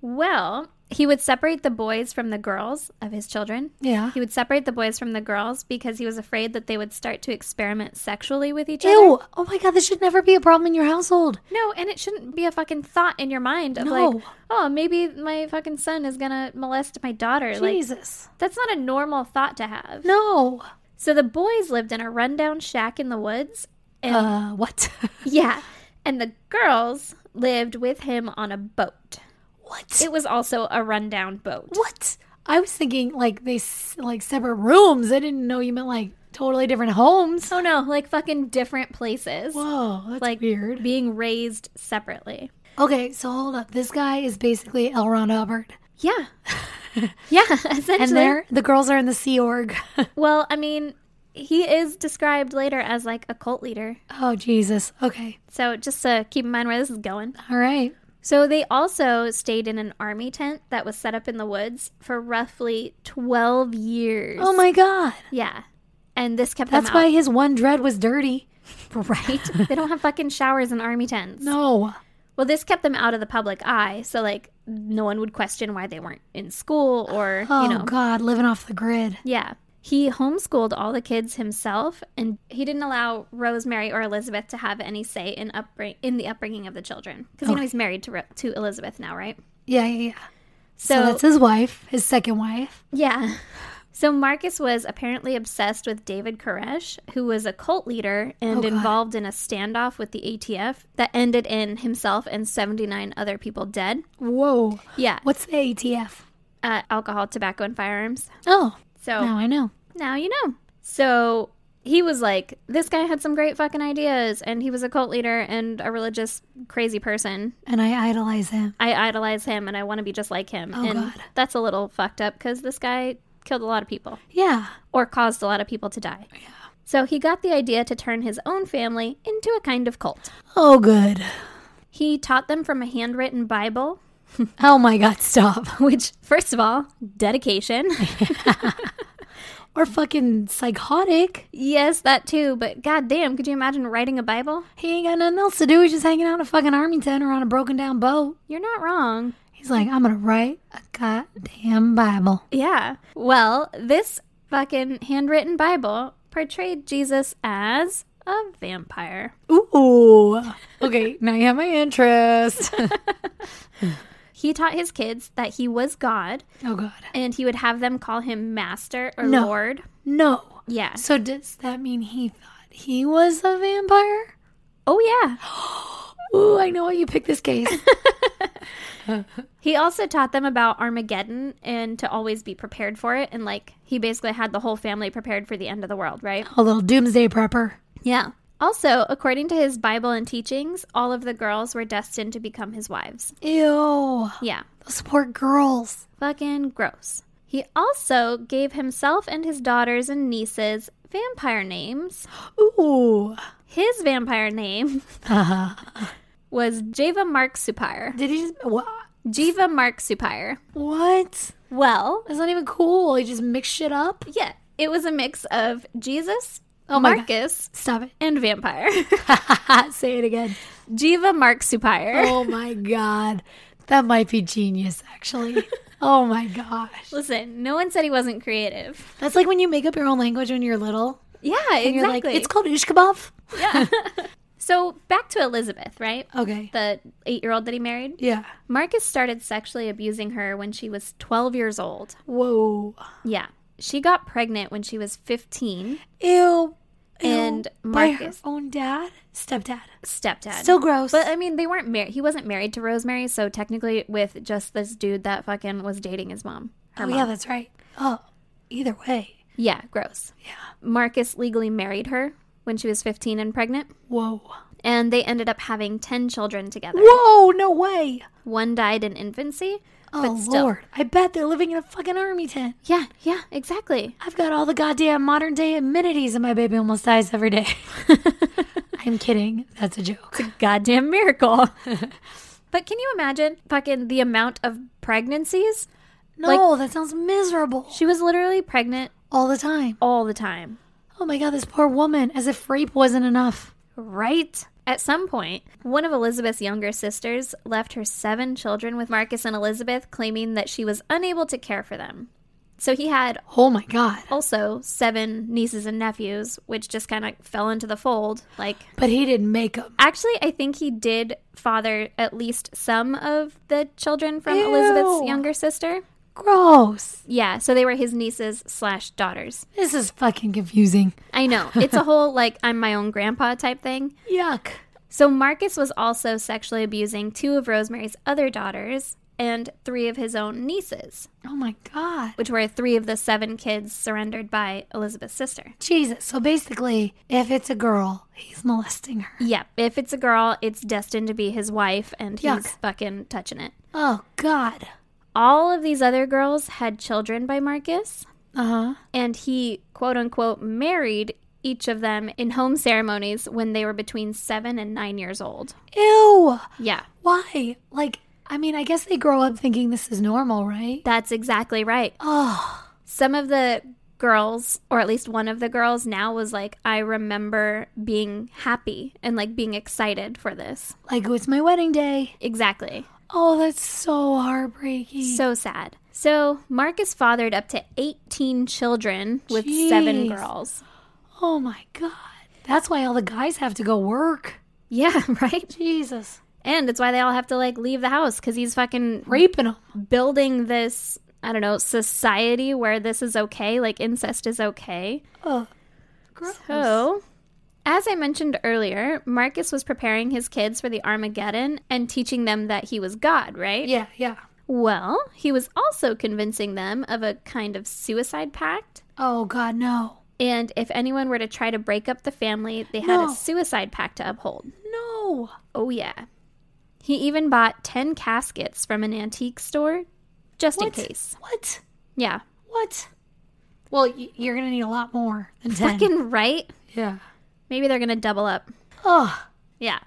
Speaker 4: well, he would separate the boys from the girls of his children.
Speaker 3: yeah.
Speaker 4: He would separate the boys from the girls because he was afraid that they would start to experiment sexually with each other.
Speaker 3: Ew. Oh my God, this should never be a problem in your household.
Speaker 4: No, and it shouldn't be a fucking thought in your mind of
Speaker 3: No.
Speaker 4: like, oh, maybe my fucking son is gonna molest my daughter. Like,
Speaker 3: Jesus.
Speaker 4: That's not a normal thought to have.
Speaker 3: No.
Speaker 4: So the boys lived in a rundown shack in the woods. And
Speaker 3: Uh, what?
Speaker 4: yeah. And the girls lived with him on a boat.
Speaker 3: what?
Speaker 4: It was also a rundown boat.
Speaker 3: what? I was thinking like they s- like separate rooms. I didn't know you meant like totally different homes.
Speaker 4: Oh no, like fucking different places.
Speaker 3: Whoa, that's
Speaker 4: like
Speaker 3: weird.
Speaker 4: being raised separately.
Speaker 3: Okay, so hold up. This guy is basically L. Ron Hubbard.
Speaker 4: Yeah. yeah, essentially.
Speaker 3: And they're the girls are in the Sea Org.
Speaker 4: well, I mean, he is described later as like a cult leader.
Speaker 3: oh, Jesus. Okay.
Speaker 4: So just to keep in mind where this is going.
Speaker 3: All right.
Speaker 4: So they also stayed in an army tent that was set up in the woods for roughly 12 years.
Speaker 3: Oh, my God.
Speaker 4: Yeah. And this kept
Speaker 3: That's
Speaker 4: them out.
Speaker 3: why his one dread was dirty.
Speaker 4: right? they don't have fucking showers in army tents.
Speaker 3: No.
Speaker 4: Well, this kept them out of the public eye, so like no one would question why they weren't in school or,
Speaker 3: Oh,
Speaker 4: you know.
Speaker 3: God. Living off the grid.
Speaker 4: Yeah. He homeschooled all the kids himself and he didn't allow Rosemary or Elizabeth to have any say in upbring in the upbringing of the children because you know
Speaker 3: Okay.
Speaker 4: he's married to Ro- to Elizabeth now, right?
Speaker 3: Yeah, yeah, yeah. So,
Speaker 4: So,
Speaker 3: that's his wife, his second wife.
Speaker 4: yeah. So Marcus was apparently obsessed with David Koresh, who was a cult leader and
Speaker 3: Oh, God.
Speaker 4: involved in a standoff with the ATF that ended in himself and 79 other people dead.
Speaker 3: Whoa.
Speaker 4: Yeah.
Speaker 3: What's the ATF?
Speaker 4: Uh, alcohol, tobacco, and firearms.
Speaker 3: Oh,
Speaker 4: So
Speaker 3: now I know.
Speaker 4: now you know. So he was like, this guy had some great fucking ideas, and he was a cult leader and a religious crazy person.
Speaker 3: And I idolize him.
Speaker 4: I idolize him and I want to be just like him.
Speaker 3: Oh,
Speaker 4: and
Speaker 3: God.
Speaker 4: that's a little fucked up because this guy killed a lot of people
Speaker 3: Yeah.
Speaker 4: or caused a lot of people to die. Yeah. So he got the idea to turn his own family into a kind of cult.
Speaker 3: Oh, good.
Speaker 4: He taught them from a handwritten Bible,
Speaker 3: Oh, my God. Stop.
Speaker 4: which, first of all, dedication.
Speaker 3: Or fucking psychotic.
Speaker 4: yes, that too, but goddamn, could you imagine writing a Bible?
Speaker 3: He ain't got nothing else to do. He's just hanging out in a fucking army tent or on a broken down boat.
Speaker 4: You're not wrong.
Speaker 3: He's like, I'm gonna write a goddamn Bible.
Speaker 4: Yeah. Well, this fucking handwritten Bible portrayed Jesus as a vampire.
Speaker 3: Ooh. Okay, now you have my interest.
Speaker 4: He taught his kids that he was God
Speaker 3: oh God.
Speaker 4: and he would have them call him master or
Speaker 3: No.
Speaker 4: lord.
Speaker 3: No.
Speaker 4: Yeah.
Speaker 3: So does that mean he thought he was a vampire?
Speaker 4: Oh, yeah.
Speaker 3: Ooh, I know why you picked this case.
Speaker 4: He also taught them about Armageddon and to always be prepared for it. And like, he basically had the whole family prepared for the end of the world, right?
Speaker 3: a little doomsday prepper.
Speaker 4: Yeah. Also, according to his Bible and teachings, all of the girls were destined to become his wives.
Speaker 3: Ew.
Speaker 4: Yeah.
Speaker 3: Those poor girls.
Speaker 4: Fucking gross. He also gave himself and his daughters and nieces vampire names.
Speaker 3: Ooh.
Speaker 4: His vampire name was Java Mark Supire.
Speaker 3: Did he just what?
Speaker 4: Jiva Mark Supire.
Speaker 3: What?
Speaker 4: Well,
Speaker 3: That's not even cool. He just mixed shit up.
Speaker 4: yeah, it was a mix of Jesus,
Speaker 3: Oh my God.
Speaker 4: Marcus,
Speaker 3: Stop it.
Speaker 4: and vampire.
Speaker 3: Say it again.
Speaker 4: Jiva Mark Supire.
Speaker 3: Oh my god. That might be genius actually. Oh my gosh.
Speaker 4: Listen, no one said he wasn't creative.
Speaker 3: That's like when you make up your own language when you're little.
Speaker 4: Yeah,
Speaker 3: And you're
Speaker 4: exactly.
Speaker 3: like, it's called Ishkabov.
Speaker 4: so back to Elizabeth, right?
Speaker 3: Okay.
Speaker 4: The eight-year-old that he married.
Speaker 3: Yeah.
Speaker 4: Marcus started sexually abusing her when she was 12 years old.
Speaker 3: Whoa.
Speaker 4: Yeah. She got pregnant when she was 15.
Speaker 3: Ew. Ew.
Speaker 4: And
Speaker 3: by her
Speaker 4: Marcus-
Speaker 3: own dad, stepdad.
Speaker 4: Stepdad.
Speaker 3: Still gross.
Speaker 4: But I mean, they weren't married. He wasn't married to Rosemary, so technically, with just this dude that fucking was dating his mom. Her
Speaker 3: oh
Speaker 4: mom.
Speaker 3: yeah, that's right. Oh, either way.
Speaker 4: Yeah, gross. Yeah. Marcus legally married her when she was 15 and pregnant,
Speaker 3: Whoa.
Speaker 4: and they ended up having 10 children together.
Speaker 3: Whoa. No way.
Speaker 4: One died in infancy.
Speaker 3: Oh
Speaker 4: but still.
Speaker 3: lord. I bet they're living in a fucking army tent.
Speaker 4: Yeah, yeah, exactly.
Speaker 3: I've got all the goddamn modern day amenities, and my baby almost dies every day. I'm kidding. That's a joke.
Speaker 4: Goddamn miracle. but can you imagine fucking the amount of pregnancies?
Speaker 3: No, that sounds miserable.
Speaker 4: She was literally pregnant
Speaker 3: All the time.
Speaker 4: all the time,
Speaker 3: Oh my god, this poor woman. As if rape wasn't enough.
Speaker 4: right? At some point, one of Elizabeth's younger sisters left her seven children with Marcus and Elizabeth, claiming that she was unable to care for them. So he had
Speaker 3: Oh my god.
Speaker 4: also seven nieces and nephews, which just kind of fell into the fold. Like,
Speaker 3: But he didn't make them.
Speaker 4: actually, I think he did father at least some of the children from Elizabeth's
Speaker 3: Ew.
Speaker 4: younger sister.
Speaker 3: Gross.
Speaker 4: Yeah, so they were his nieces slash daughters.
Speaker 3: This is fucking confusing.
Speaker 4: I know. It's a whole, like, I'm my own grandpa type thing.
Speaker 3: Yuck.
Speaker 4: So Marcus was also sexually abusing two of Rosemary's other daughters, and three of his own nieces,
Speaker 3: Oh my God.
Speaker 4: which were three of the seven kids surrendered by Elizabeth's sister.
Speaker 3: Jesus. So basically, if it's a girl, he's molesting her.
Speaker 4: Yep, if it's a girl, it's destined to be his wife, and he's
Speaker 3: Yuck.
Speaker 4: fucking touching it.
Speaker 3: Oh God.
Speaker 4: All of these other girls had children by Marcus,
Speaker 3: Uh huh.
Speaker 4: and he quote unquote married each of them in home ceremonies when they were between seven and nine years old.
Speaker 3: Ew.
Speaker 4: Yeah,
Speaker 3: Why? Like, I mean, I guess they grow up thinking this is normal, right?
Speaker 4: that's exactly right.
Speaker 3: Oh.
Speaker 4: Some of the girls, or at least one of the girls now, was like, I remember being happy and like being excited for this.
Speaker 3: Like, it's my wedding day.
Speaker 4: Exactly.
Speaker 3: Oh, that's so heartbreaking.
Speaker 4: So sad. So, Marcus fathered up to 18 children with seven
Speaker 3: Jeez.
Speaker 4: girls.
Speaker 3: oh my God. That's why all the guys have to go work.
Speaker 4: Yeah, right?
Speaker 3: Jesus.
Speaker 4: And it's why they all have to like leave the house because he's fucking
Speaker 3: Raping them.
Speaker 4: building this i don't know society where this is okay like incest is okay
Speaker 3: Oh. Gross.
Speaker 4: so as i mentioned earlier marcus was preparing his kids for the armageddon and teaching them that he was god right
Speaker 3: Yeah, yeah.
Speaker 4: well he was also convincing them of a kind of suicide pact
Speaker 3: Oh God, no.
Speaker 4: and if anyone were to try to break up the family they had
Speaker 3: No.
Speaker 4: a suicide pact to uphold
Speaker 3: No.
Speaker 4: oh yeah he even bought 10 caskets from an antique store just
Speaker 3: What?
Speaker 4: in case
Speaker 3: What?
Speaker 4: yeah
Speaker 3: What? Well, y- you're gonna need a lot more than ten.
Speaker 4: fucking right
Speaker 3: yeah.
Speaker 4: Maybe they're going to double up.
Speaker 3: Oh.
Speaker 4: Yeah.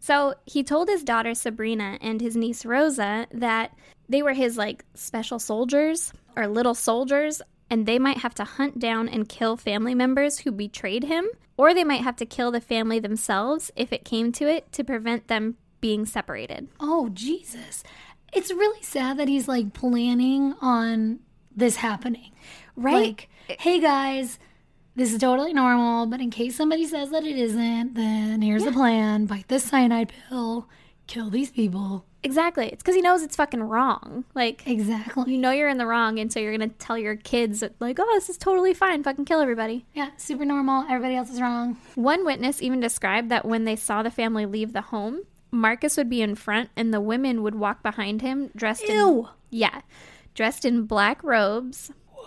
Speaker 4: So he told his daughter Sabrina and his niece Rosa that they were his like special soldiers or little soldiers, and they might have to hunt down and kill family members who betrayed him, or they might have to kill the family themselves if it came to it to prevent them being separated.
Speaker 3: Oh Jesus. It's really sad that he's like planning on this happening. Right? Like, hey guys, this is totally normal, but in case somebody says that it isn't, then here's the plan: bite this cyanide pill, kill these people.
Speaker 4: Exactly. It's because he knows it's fucking wrong. Like,
Speaker 3: Exactly.
Speaker 4: you know you're in the wrong, and so you're going to tell your kids, like, oh, this is totally fine. Fucking kill everybody.
Speaker 3: Yeah, super normal. Everybody else is wrong.
Speaker 4: One witness even described that when they saw the family leave the home, Marcus would be in front and the women would walk behind him dressed in
Speaker 3: Ew.
Speaker 4: yeah, dressed in black robes
Speaker 3: Whoa,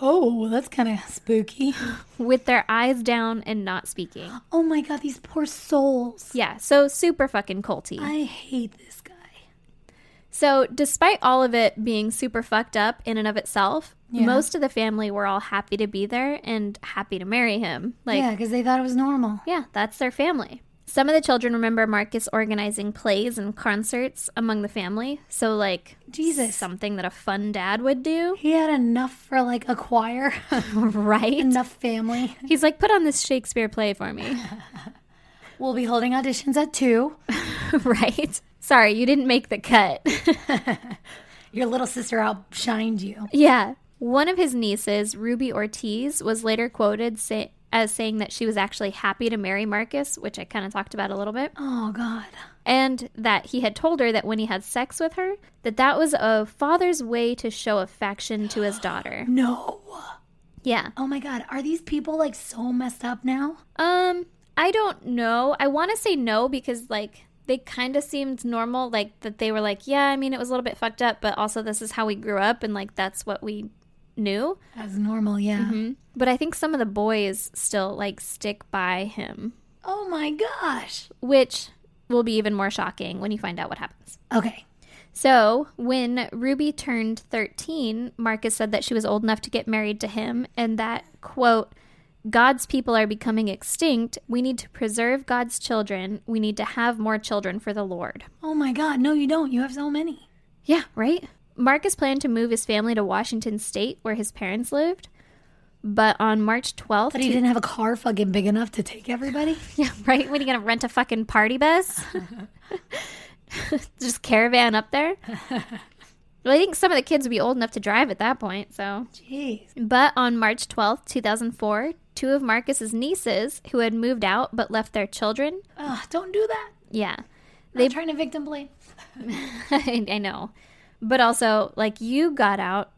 Speaker 3: Oh, that's kind of spooky.
Speaker 4: with their eyes down and not speaking.
Speaker 3: Oh my god, these poor souls.
Speaker 4: Yeah, so super fucking culty.
Speaker 3: I hate this guy.
Speaker 4: So, despite all of it being super fucked up in and of itself,
Speaker 3: Yeah.
Speaker 4: most of the family were all happy to be there and happy to marry him. Like
Speaker 3: yeah, because they thought it was normal.
Speaker 4: Yeah, that's their family. Some of the children remember Marcus organizing plays and concerts among the family. So, like,
Speaker 3: Jesus.
Speaker 4: something that a fun dad would do,
Speaker 3: He had enough for like a choir,
Speaker 4: right?
Speaker 3: enough family.
Speaker 4: He's like, put on this Shakespeare play for me,
Speaker 3: We'll be holding auditions at two.
Speaker 4: right? Sorry, you didn't make the cut.
Speaker 3: Your little sister outshined you.
Speaker 4: yeah. One of his nieces, Ruby Ortiz, was later quoted say- as saying that she was actually happy to marry Marcus, which I kind of talked about a little bit.
Speaker 3: Oh God.
Speaker 4: and that he had told her that when he had sex with her that that was a father's way to show affection to his daughter
Speaker 3: No.
Speaker 4: yeah
Speaker 3: Oh my God. Are these people like so messed up now?
Speaker 4: um i don't know i want to say no because like they kind of seemed normal like that they were like yeah i mean it was a little bit fucked up but also this is how we grew up and like that's what we knew
Speaker 3: As normal, yeah.
Speaker 4: but i think some of the boys still like stick by him
Speaker 3: Oh my gosh.
Speaker 4: which will be even more shocking when you find out what happens
Speaker 3: Okay.
Speaker 4: So, when Ruby turned 13, Marcus said that she was old enough to get married to him and that, quote, God's people are becoming extinct. We need to preserve God's children. We need to have more children for the Lord.
Speaker 3: Oh my God. No, you don't. You have so many.
Speaker 4: Yeah, right? Marcus planned to move his family to Washington State, where his parents lived. But on March 12th,
Speaker 3: But he
Speaker 4: two-
Speaker 3: didn't have a car fucking big enough to take everybody.
Speaker 4: Yeah, right? When are you going to rent a fucking party bus? Just caravan up there? Well, I think some of the kids would be old enough to drive at that point, so.
Speaker 3: Jeez.
Speaker 4: But on March 12th, 2004, two of Marcus's nieces who had moved out but left their children.
Speaker 3: Ugh, don't do that.
Speaker 4: Yeah.
Speaker 3: They're trying to victim blame.
Speaker 4: I, I know. But also, like, you got out.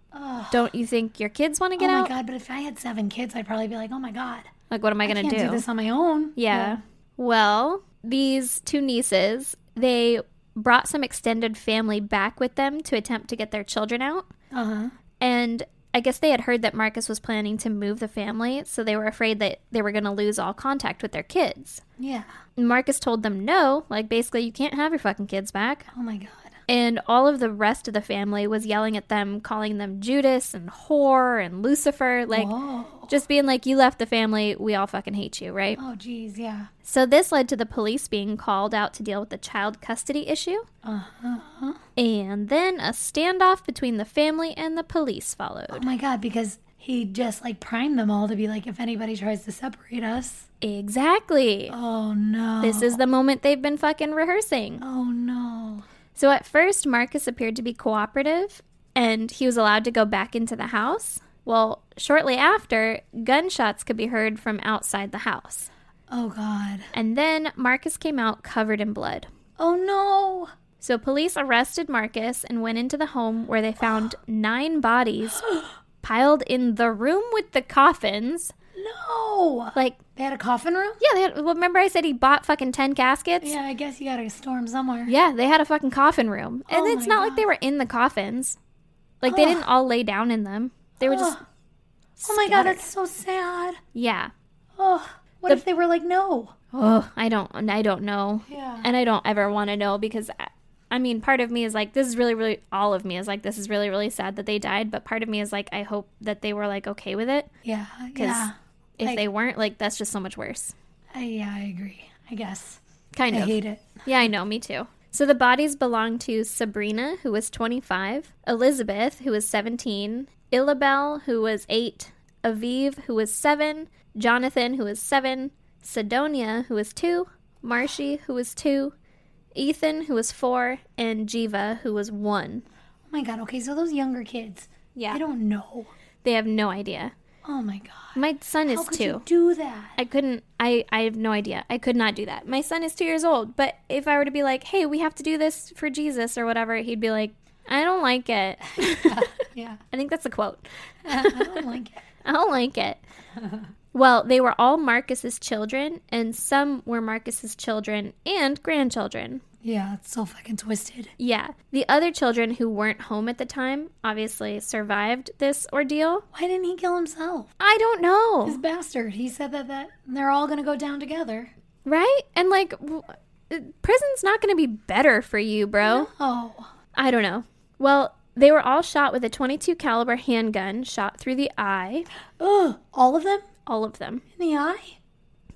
Speaker 4: Don't you think your kids want to get
Speaker 3: oh my
Speaker 4: out?
Speaker 3: god! But if I had seven kids, I'd probably be like, "Oh my god,
Speaker 4: Like, what am I
Speaker 3: I
Speaker 4: going
Speaker 3: can't
Speaker 4: to
Speaker 3: do? this on my own."
Speaker 4: Yeah. Well, these two nieces, they brought some extended family back with them to attempt to get their children out.
Speaker 3: Uh huh.
Speaker 4: And I guess they had heard that Marcus was planning to move the family, so they were afraid that they were going to lose all contact with their kids.
Speaker 3: Yeah.
Speaker 4: Marcus told them no, like basically, you can't have your fucking kids back.
Speaker 3: Oh my god.
Speaker 4: And all of the rest of the family was yelling at them, calling them Judas and whore and Lucifer, like
Speaker 3: Whoa.
Speaker 4: just being like, you left the family, we all fucking hate you, right?
Speaker 3: Oh geez. Yeah.
Speaker 4: So this led to the police being called out to deal with the child custody issue.
Speaker 3: Uh huh.
Speaker 4: And then a standoff between the family and the police
Speaker 3: Oh
Speaker 4: followed.
Speaker 3: my god. Because he just like primed them all to be like, if anybody tries to separate us.
Speaker 4: Exactly.
Speaker 3: Oh no.
Speaker 4: This is the moment they've been fucking rehearsing.
Speaker 3: Oh no.
Speaker 4: So at first, Marcus appeared to be cooperative and he was allowed to go back into the house. Well, shortly after, gunshots could be heard from outside the house.
Speaker 3: Oh god.
Speaker 4: And then Marcus came out covered in blood.
Speaker 3: Oh no.
Speaker 4: So police arrested Marcus and went into the home where they found nine bodies piled in the room with the coffins.
Speaker 3: No.
Speaker 4: Like,
Speaker 3: They had a coffin room.
Speaker 4: yeah, they had, well, remember I said he bought fucking 10 caskets?
Speaker 3: Yeah. I guess you got to storm somewhere.
Speaker 4: Yeah, they had a fucking coffin room. And
Speaker 3: Oh
Speaker 4: it's
Speaker 3: my
Speaker 4: not like they were in the coffins. Like they
Speaker 3: Ugh.
Speaker 4: didn't all lay down in them. They were just
Speaker 3: Ugh. Oh my god.
Speaker 4: scattered.
Speaker 3: That's so sad.
Speaker 4: Yeah.
Speaker 3: Oh. What
Speaker 4: The-
Speaker 3: if they were like no?
Speaker 4: Oh, I don't I don't know.
Speaker 3: Yeah.
Speaker 4: And I don't ever want to know because I, I mean, part of me is like this is really really all of me is like this is really really sad that they died, but part of me is like I hope that they were like okay with it
Speaker 3: Yeah.
Speaker 4: cuz
Speaker 3: Yeah.
Speaker 4: if
Speaker 3: Like-
Speaker 4: they weren't like that's just so much worse.
Speaker 3: I, yeah. I agree. I guess.
Speaker 4: Kind
Speaker 3: I
Speaker 4: of.
Speaker 3: hate it.
Speaker 4: Yeah, I know, me too. So the bodies belong to Sabrina, who was 25, Elizabeth, who was 17, Illabel, who was 8, Aviv, who was 7, Jonathan, who was 7, Sidonia, who was 2, Marshy, who was 2, Ethan, who was 4, and Jiva, who was 1.
Speaker 3: Oh my god. Okay, so those younger kids, they
Speaker 4: Yeah. They,
Speaker 3: don't know.
Speaker 4: have no idea.
Speaker 3: Oh my god.
Speaker 4: My son
Speaker 3: How
Speaker 4: is
Speaker 3: could
Speaker 4: 2.
Speaker 3: you do that?
Speaker 4: I couldn't. I I have no idea. I could not do that. My son is two years old, but if I were to be like, "Hey, we have to do this for Jesus" or whatever, he'd be like, "I don't like it."
Speaker 3: Yeah.
Speaker 4: I think that's a quote.
Speaker 3: I don't like it.
Speaker 4: I don't like it. Well, they were all Marcus's children, and some were Marcus's children and grandchildren.
Speaker 3: Yeah, it's so fucking twisted.
Speaker 4: Yeah, the other children who weren't home at the time obviously survived this ordeal.
Speaker 3: Why didn't he kill himself?
Speaker 4: I don't know.
Speaker 3: This bastard. He said that that they're all gonna go down together.
Speaker 4: Right? And like, w- uh, prison's not going to be better for you, bro.
Speaker 3: Oh.
Speaker 4: I don't know. Well, they were all shot with a 22 caliber handgun shot through the eye,
Speaker 3: Ugh. All of them
Speaker 4: all of them.
Speaker 3: in the eye.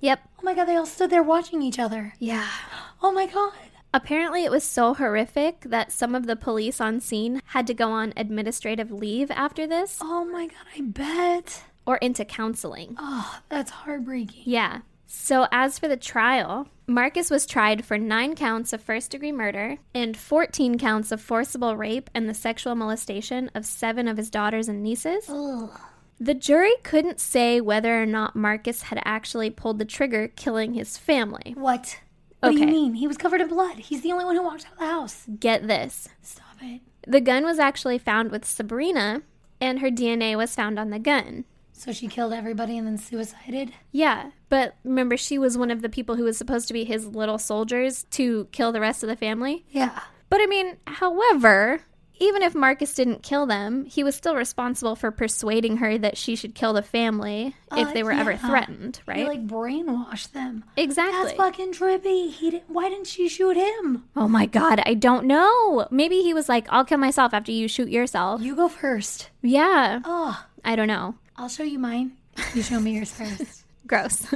Speaker 4: Yep.
Speaker 3: Oh my god. They all stood there watching each other.
Speaker 4: Yeah.
Speaker 3: Oh my god.
Speaker 4: Apparently, it was so horrific that some of the police on scene had to go on administrative leave after this
Speaker 3: Oh my god. I bet.
Speaker 4: or into counseling.
Speaker 3: Oh, that's heartbreaking.
Speaker 4: Yeah. So, as for the trial, Marcus was tried for nine counts of first degree murder and 14 counts of forcible rape and the sexual molestation of seven of his daughters and nieces.
Speaker 3: Ugh.
Speaker 4: The jury couldn't say whether or not Marcus had actually pulled the trigger, killing his family.
Speaker 3: What? What do you
Speaker 4: Okay.
Speaker 3: mean? He was covered in blood. He's the only one who walked out of the house.
Speaker 4: Get this
Speaker 3: Stop it.
Speaker 4: the gun was actually found with Sabrina, and her DNA was found on the gun.
Speaker 3: So she killed everybody and then suicided?
Speaker 4: Yeah, but remember, she was one of the people who was supposed to be his little soldiers to kill the rest of the family.
Speaker 3: Yeah.
Speaker 4: But I mean, however, even if Marcus didn't kill them, he was still responsible for persuading her that she should kill the family
Speaker 3: Uh,
Speaker 4: if they were ever
Speaker 3: yeah.
Speaker 4: threatened, right?
Speaker 3: He like brainwashed them.
Speaker 4: exactly.
Speaker 3: That's fucking trippy. He didn't, why didn't she shoot him?
Speaker 4: Oh my God, I don't know. Maybe he was like, I'll kill myself after you shoot yourself.
Speaker 3: You go first.
Speaker 4: Yeah,
Speaker 3: Oh,
Speaker 4: I don't know.
Speaker 3: I'll show you mine. You show me yours first.
Speaker 4: Gross.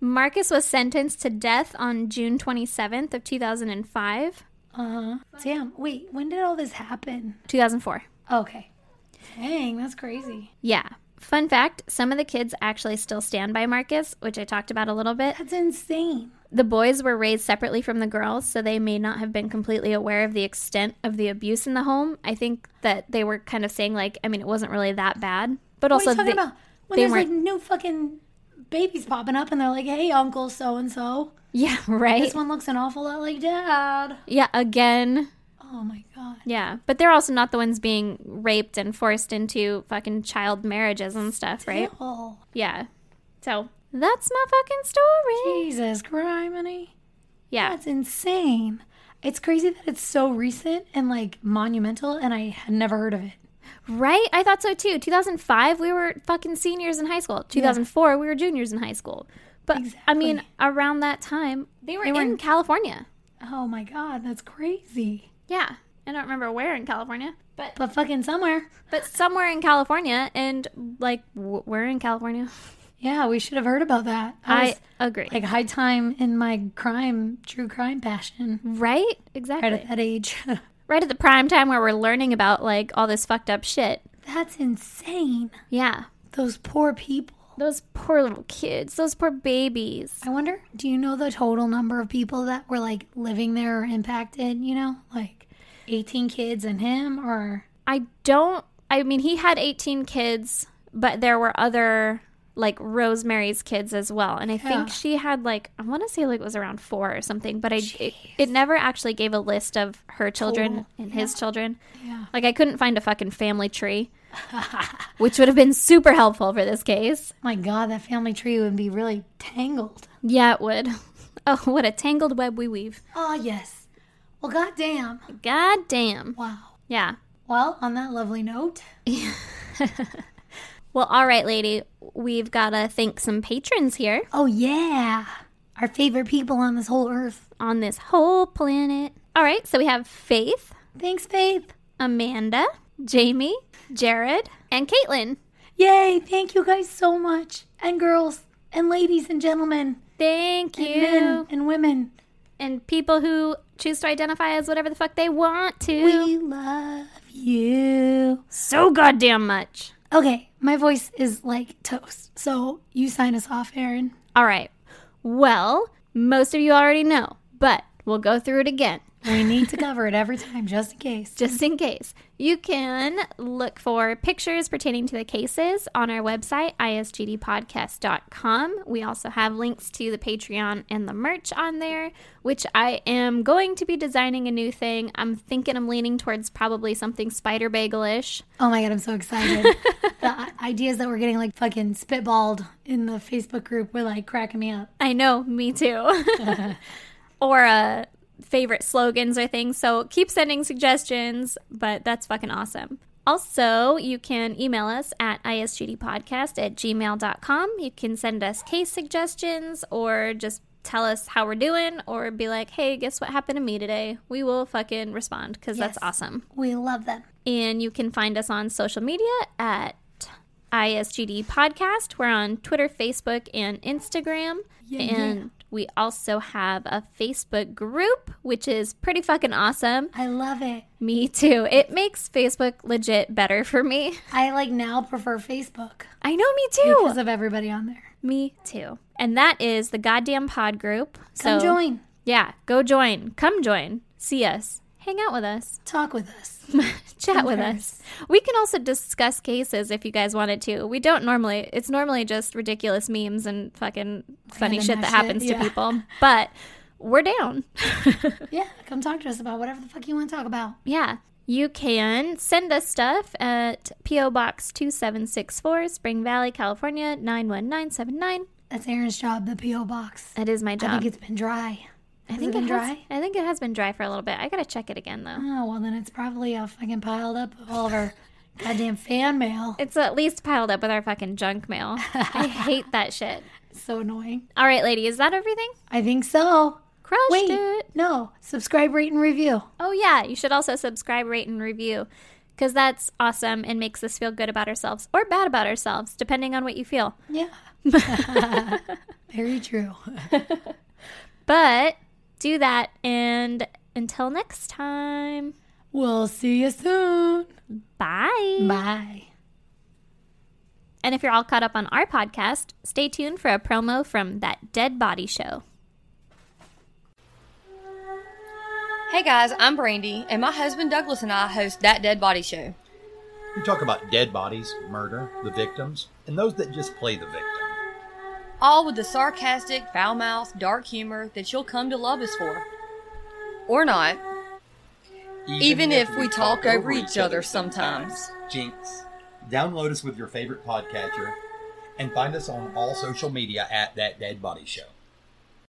Speaker 4: Marcus was sentenced to death on June 27th of 2005,
Speaker 3: Uh huh. Damn. Wait, when did all this happen? Oh,
Speaker 4: 2004.
Speaker 3: Okay. Dang, that's crazy.
Speaker 4: Yeah. Fun fact, some of the kids actually still stand by Marcus, which I talked about a little bit.
Speaker 3: That's insane.
Speaker 4: The boys were raised separately from the girls, so they may not have been completely aware of the extent of the abuse in the home. I think that they were kind of saying like, I mean, it wasn't really that bad, but
Speaker 3: What
Speaker 4: also
Speaker 3: are you talking
Speaker 4: they-
Speaker 3: about? When
Speaker 4: they
Speaker 3: there's like new fucking babies popping up and they're like, hey, Uncle so and so.
Speaker 4: yeah, right.
Speaker 3: This one looks an awful lot like dad.
Speaker 4: Yeah, again.
Speaker 3: Oh my god.
Speaker 4: Yeah, but they're also not the ones being raped and forced into fucking child marriages and stuff, right?
Speaker 3: Ew.
Speaker 4: Yeah. So that's my fucking story.
Speaker 3: Jesus, criminy.
Speaker 4: Yeah.
Speaker 3: That's insane. It's crazy that it's so recent and like monumental, and I had never heard of it.
Speaker 4: Right? I thought so too. 2005, we were fucking seniors in high school. 2004, we were juniors in high school. But I mean, around that time, they were, in, California.
Speaker 3: Oh my god, that's crazy.
Speaker 4: Yeah. I don't remember where in California, but
Speaker 3: But fucking somewhere.
Speaker 4: but somewhere in California and like w- we're in California.
Speaker 3: Yeah, we should have heard about that.
Speaker 4: I,
Speaker 3: was,
Speaker 4: agree.
Speaker 3: like high time in my crime, true crime passion
Speaker 4: right? Exactly.
Speaker 3: right at that age.
Speaker 4: right at the prime time where we're learning about like all this fucked up shit.
Speaker 3: that's insane.
Speaker 4: Yeah.
Speaker 3: Those poor people.
Speaker 4: Those poor little kids, those poor babies.
Speaker 3: I wonder, do you know the total number of people that were like living there or impacted, you know? Like 18 kids and him or
Speaker 4: I don't I mean he had 18 kids, but there were other like Rosemary's kids as well. And I
Speaker 3: Yeah.
Speaker 4: think she had like I want to say like it was around 4 or something, but I it, it never actually gave a list of her children
Speaker 3: Total.
Speaker 4: and his children.
Speaker 3: Yeah.
Speaker 4: Like I couldn't find a fucking family tree, which would have been super helpful for this case.
Speaker 3: my god, that family tree would be really tangled.
Speaker 4: Yeah, it would. Oh, what a tangled web we weave.
Speaker 3: Ah, yes. Well, goddamn.
Speaker 4: God damn.
Speaker 3: Wow.
Speaker 4: Yeah.
Speaker 3: Well, on that lovely note,
Speaker 4: Well, all right, lady. We've got to thank some patrons here
Speaker 3: oh yeah, our favorite people on this whole earth.
Speaker 4: on this whole planet. All right, so we have Faith,
Speaker 3: Thanks, Faith.
Speaker 4: Amanda, Jamie, Jared, and Caitlin.
Speaker 3: Yay, thank you guys so much. And girls, and ladies and gentlemen,
Speaker 4: Thank
Speaker 3: and
Speaker 4: you.
Speaker 3: men and women.
Speaker 4: And people who choose to identify as whatever the fuck they want to.
Speaker 3: We love you.
Speaker 4: so goddamn much.
Speaker 3: Okay, my voice is like toast. So you sign us off, Aaron.
Speaker 4: All right. Well, most of you already know, but we'll go through it again.
Speaker 3: We need to cover it every time just in case.
Speaker 4: just in case. You can look for pictures pertaining to the cases on our website, isgdpodcast.com. We also have links to the Patreon and the merch on there, which I am going to be designing a new thing. I'm thinking I'm leaning towards probably something spider bagel ish.
Speaker 3: Oh my god, I'm so excited. the i- ideas that we're getting like fucking spitballed in the Facebook group were like cracking me up.
Speaker 4: I know, me too. or uh, favorite slogans or things. So keep sending suggestions, but that's fucking awesome. Also, you can email us at isgdpodcast at gmail.com. You can send us case suggestions or just tell us how we're doing or be like, hey, guess what happened to me today? We will fucking respond because that's
Speaker 3: Yes.
Speaker 4: awesome.
Speaker 3: We love them.
Speaker 4: And you can find us on social media at ISGD Podcast. We're on Twitter, Facebook, and Instagram. and we also have a Facebook group, which is pretty fucking awesome.
Speaker 3: I love it.
Speaker 4: Me too. It makes Facebook legit better for me.
Speaker 3: I like now prefer Facebook
Speaker 4: I know, me too.
Speaker 3: because of everybody on there.
Speaker 4: me too. And that is the Goddamn Pod group.
Speaker 3: Come
Speaker 4: so,
Speaker 3: join,
Speaker 4: Yeah, go join. Come join. See us. Hang out with us.
Speaker 3: talk with us.
Speaker 4: chat with us. We can also discuss cases if you guys wanted to. We don't normally. It's normally just ridiculous memes and fucking funny
Speaker 3: Random
Speaker 4: shit that
Speaker 3: ass
Speaker 4: happens
Speaker 3: shit,
Speaker 4: to
Speaker 3: yeah.
Speaker 4: people. But we're down.
Speaker 3: Yeah, come talk to us about whatever the fuck you want to talk about.
Speaker 4: yeah. You can send us stuff at P.O. Box 2764, Spring Valley, California 91979.
Speaker 3: That's Aaron's job, the PO box.
Speaker 4: That is my
Speaker 3: I
Speaker 4: job.
Speaker 3: think it's been dry.
Speaker 4: I think
Speaker 3: it been
Speaker 4: has,
Speaker 3: dry?
Speaker 4: I think it has been dry for a little bit. I got to check it again, though.
Speaker 3: Oh well, then it's probably all fucking piled up of all of our goddamn fan mail.
Speaker 4: It's at least piled up with our fucking junk mail. I hate that shit.
Speaker 3: It's so annoying.
Speaker 4: All right, lady, is that everything?
Speaker 3: I think so.
Speaker 4: Crushed
Speaker 3: Wait,
Speaker 4: it.
Speaker 3: no. Subscribe, rate, and review.
Speaker 4: Oh, yeah. You should also subscribe, rate, and review because that's awesome and makes us feel good about ourselves or bad about ourselves, depending on what you feel.
Speaker 3: Yeah. Very true.
Speaker 4: But do that. And until next time,
Speaker 3: We'll see you soon.
Speaker 4: bye.
Speaker 3: Bye.
Speaker 4: And if you're all caught up on our podcast, stay tuned for a promo from That Dead Body Show.
Speaker 5: Hey guys, I'm Brandy, and my husband Douglas and I host That Dead Body Show.
Speaker 6: We talk about dead bodies, murder, the victims, and those that just play the victim.
Speaker 5: All with the sarcastic, foul mouthed, dark humor that you'll come to love us for. Or not. Even if we talk over each other sometimes.
Speaker 6: Jinx. Download us with your favorite podcatcher and find us on all social media at That Dead Body Show.